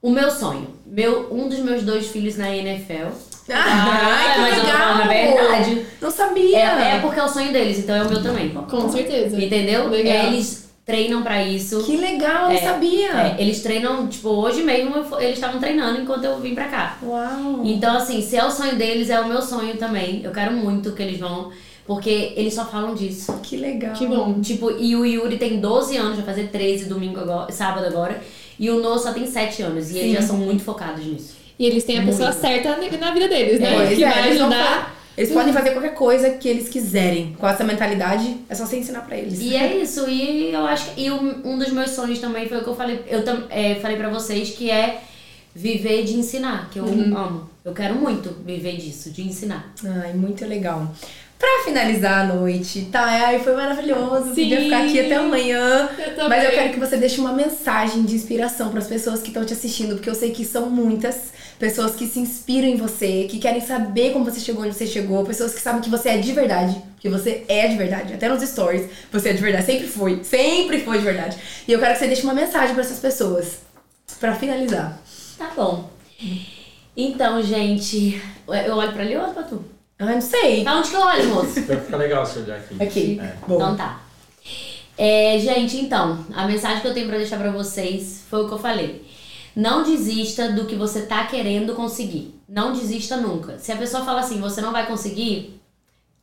Speaker 3: O meu sonho, meu, um dos meus dois filhos na NFL.
Speaker 2: Ai, que
Speaker 3: mas eu tô
Speaker 2: legal.
Speaker 3: falando a verdade.
Speaker 2: Não sabia.
Speaker 3: É, é porque é o sonho deles, então é o meu também.
Speaker 1: Com certeza.
Speaker 3: Entendeu?
Speaker 1: Legal.
Speaker 3: É, eles treinam pra isso.
Speaker 2: Que legal, não
Speaker 3: É,
Speaker 2: sabia.
Speaker 3: É, eles treinam, tipo, hoje mesmo eu fo- eles estavam treinando enquanto eu vim pra cá.
Speaker 2: Uau.
Speaker 3: Então, assim, se é o sonho deles, é o meu sonho também. Eu quero muito que eles vão, porque eles só falam disso.
Speaker 2: Que legal.
Speaker 1: Que bom.
Speaker 3: Tipo, e o Yuri tem 12 anos, vai fazer 13 domingo agora, sábado agora. E o Noah só tem 7 anos. E eles já são muito focados nisso.
Speaker 1: E eles têm a pessoa
Speaker 3: Muito.
Speaker 1: certa na na vida deles, né?
Speaker 2: Pois
Speaker 1: que
Speaker 2: é,
Speaker 1: vai
Speaker 2: eles não
Speaker 1: ajudar.
Speaker 2: fa- Eles podem fazer qualquer coisa que eles quiserem. Com essa mentalidade, é só você ensinar pra eles.
Speaker 3: E é isso. E eu acho que. E um um dos meus sonhos também foi o que eu falei. Eu tam- é, falei pra vocês que é viver de ensinar, que eu amo. Eu quero muito viver disso, de ensinar.
Speaker 2: Ai, muito legal. Pra finalizar a noite, tá? Ai, foi maravilhoso.
Speaker 1: Sim.
Speaker 2: Podia ficar aqui até amanhã.
Speaker 1: Eu também.
Speaker 2: Mas eu quero que você deixe uma mensagem de inspiração pras pessoas que estão te assistindo, porque eu sei que são muitas pessoas que se inspiram em você, que querem saber como você chegou onde você chegou, pessoas que sabem que você é de verdade, que você é de verdade, até nos stories, você é de verdade, sempre foi, sempre foi de verdade. E eu quero que você deixe uma mensagem pra essas pessoas, Pra finalizar.
Speaker 3: Tá bom. Então, gente. Eu olho pra ali ou olho pra tu?
Speaker 2: Ai, Ah, não sei.
Speaker 3: Pra onde que eu olho, moço?
Speaker 4: Vai ficar legal se olhar aqui.
Speaker 2: Aqui.
Speaker 4: É.
Speaker 2: Bom.
Speaker 3: Então tá. É, gente, então, a mensagem que eu tenho pra deixar pra vocês foi o que eu falei. Não desista do que você tá querendo conseguir. Não desista nunca. Se a pessoa fala assim, você não vai conseguir,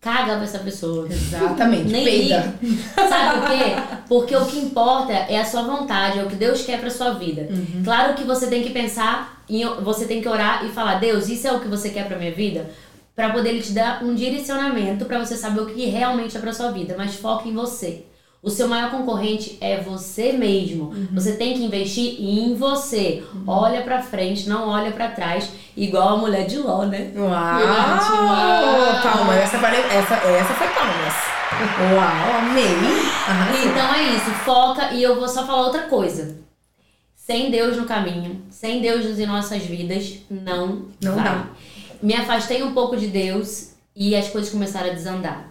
Speaker 3: caga pra essa pessoa.
Speaker 2: Exatamente.
Speaker 3: Nem
Speaker 2: Peida.
Speaker 3: liga. Sabe por quê? Porque o que importa é a sua vontade, é o que Deus quer pra sua vida.
Speaker 2: Uhum.
Speaker 3: Claro que você tem que pensar, em, você tem que orar e falar, Deus, isso é o que você quer pra minha vida? Pra poder ele te dar um direcionamento pra você saber o que realmente é pra sua vida. Mas foca em você. O seu maior concorrente é você mesmo.
Speaker 2: Uhum.
Speaker 3: Você tem que investir em você. Olha pra frente, não olha pra trás. Igual a mulher de Ló, né?
Speaker 2: Uau!
Speaker 1: Verdade, uau.
Speaker 2: Palmas, essa, vale- essa, essa foi palmas. Uau, amei! Arrasou.
Speaker 3: Então é isso, foca e eu vou só falar outra coisa. Sem Deus no caminho, sem Deus em nossas vidas, não,
Speaker 2: Não
Speaker 3: vai.
Speaker 2: dá.
Speaker 3: Me afastei um pouco de Deus e as coisas começaram a desandar.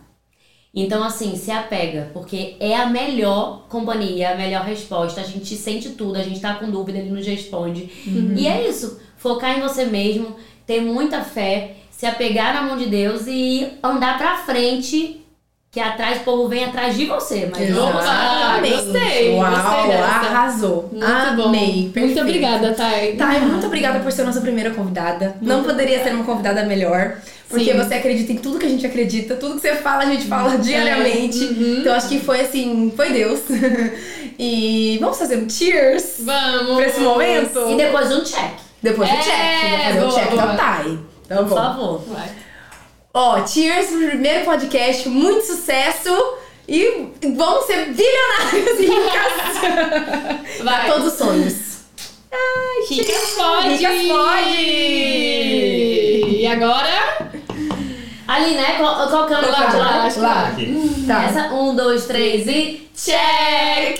Speaker 3: Então, assim, se apega, porque é a melhor companhia, a melhor resposta. A gente sente tudo, a gente tá com dúvida, ele nos responde.
Speaker 2: Uhum.
Speaker 3: E é isso. Focar em você mesmo, ter muita fé, se apegar na mão de Deus e andar pra frente, que atrás o povo vem atrás de você. Mas não você
Speaker 2: Exatamente.
Speaker 1: Ah, gostei,
Speaker 2: Uau,
Speaker 1: gostei dessa.
Speaker 2: arrasou!
Speaker 1: Muito
Speaker 2: amei!
Speaker 1: bom.
Speaker 2: perfeito. Tá.
Speaker 1: Muito obrigada, Thay.
Speaker 2: Thay, muito obrigada por ser nossa primeira convidada. Não poderia ser uma convidada melhor, porque
Speaker 1: Sim. É.
Speaker 2: você acredita em tudo que a gente acredita, tudo que você fala, a gente fala diariamente.
Speaker 1: Uhum.
Speaker 2: Então acho que foi assim, foi Deus. e vamos fazer um cheers
Speaker 1: Vamos.
Speaker 2: pra esse momento?
Speaker 3: E depois um check,
Speaker 2: Depois
Speaker 1: É,
Speaker 2: do check, vou fazer o
Speaker 1: boa,
Speaker 2: check da
Speaker 1: boa.
Speaker 2: Thay. Então
Speaker 3: por
Speaker 2: vamos.
Speaker 3: favor.
Speaker 1: Vai.
Speaker 2: Ó, cheers pro primeiro podcast, muito sucesso e vamos ser bilionários ricas.
Speaker 1: Vai.
Speaker 2: Pra todos os sonhos. Ai,
Speaker 1: Ricas pode!
Speaker 2: Ricas pode!
Speaker 1: E agora?
Speaker 3: Ali, né? Qual, qual câmera lá de
Speaker 1: Lá,
Speaker 3: lá?
Speaker 1: acho que
Speaker 2: Lá.
Speaker 4: Aqui.
Speaker 2: Tá.
Speaker 3: Essa, um, dois, três e...
Speaker 1: Check!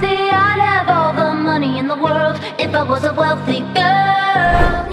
Speaker 5: See, I'd have all the money in the world if I was a wealthy girl.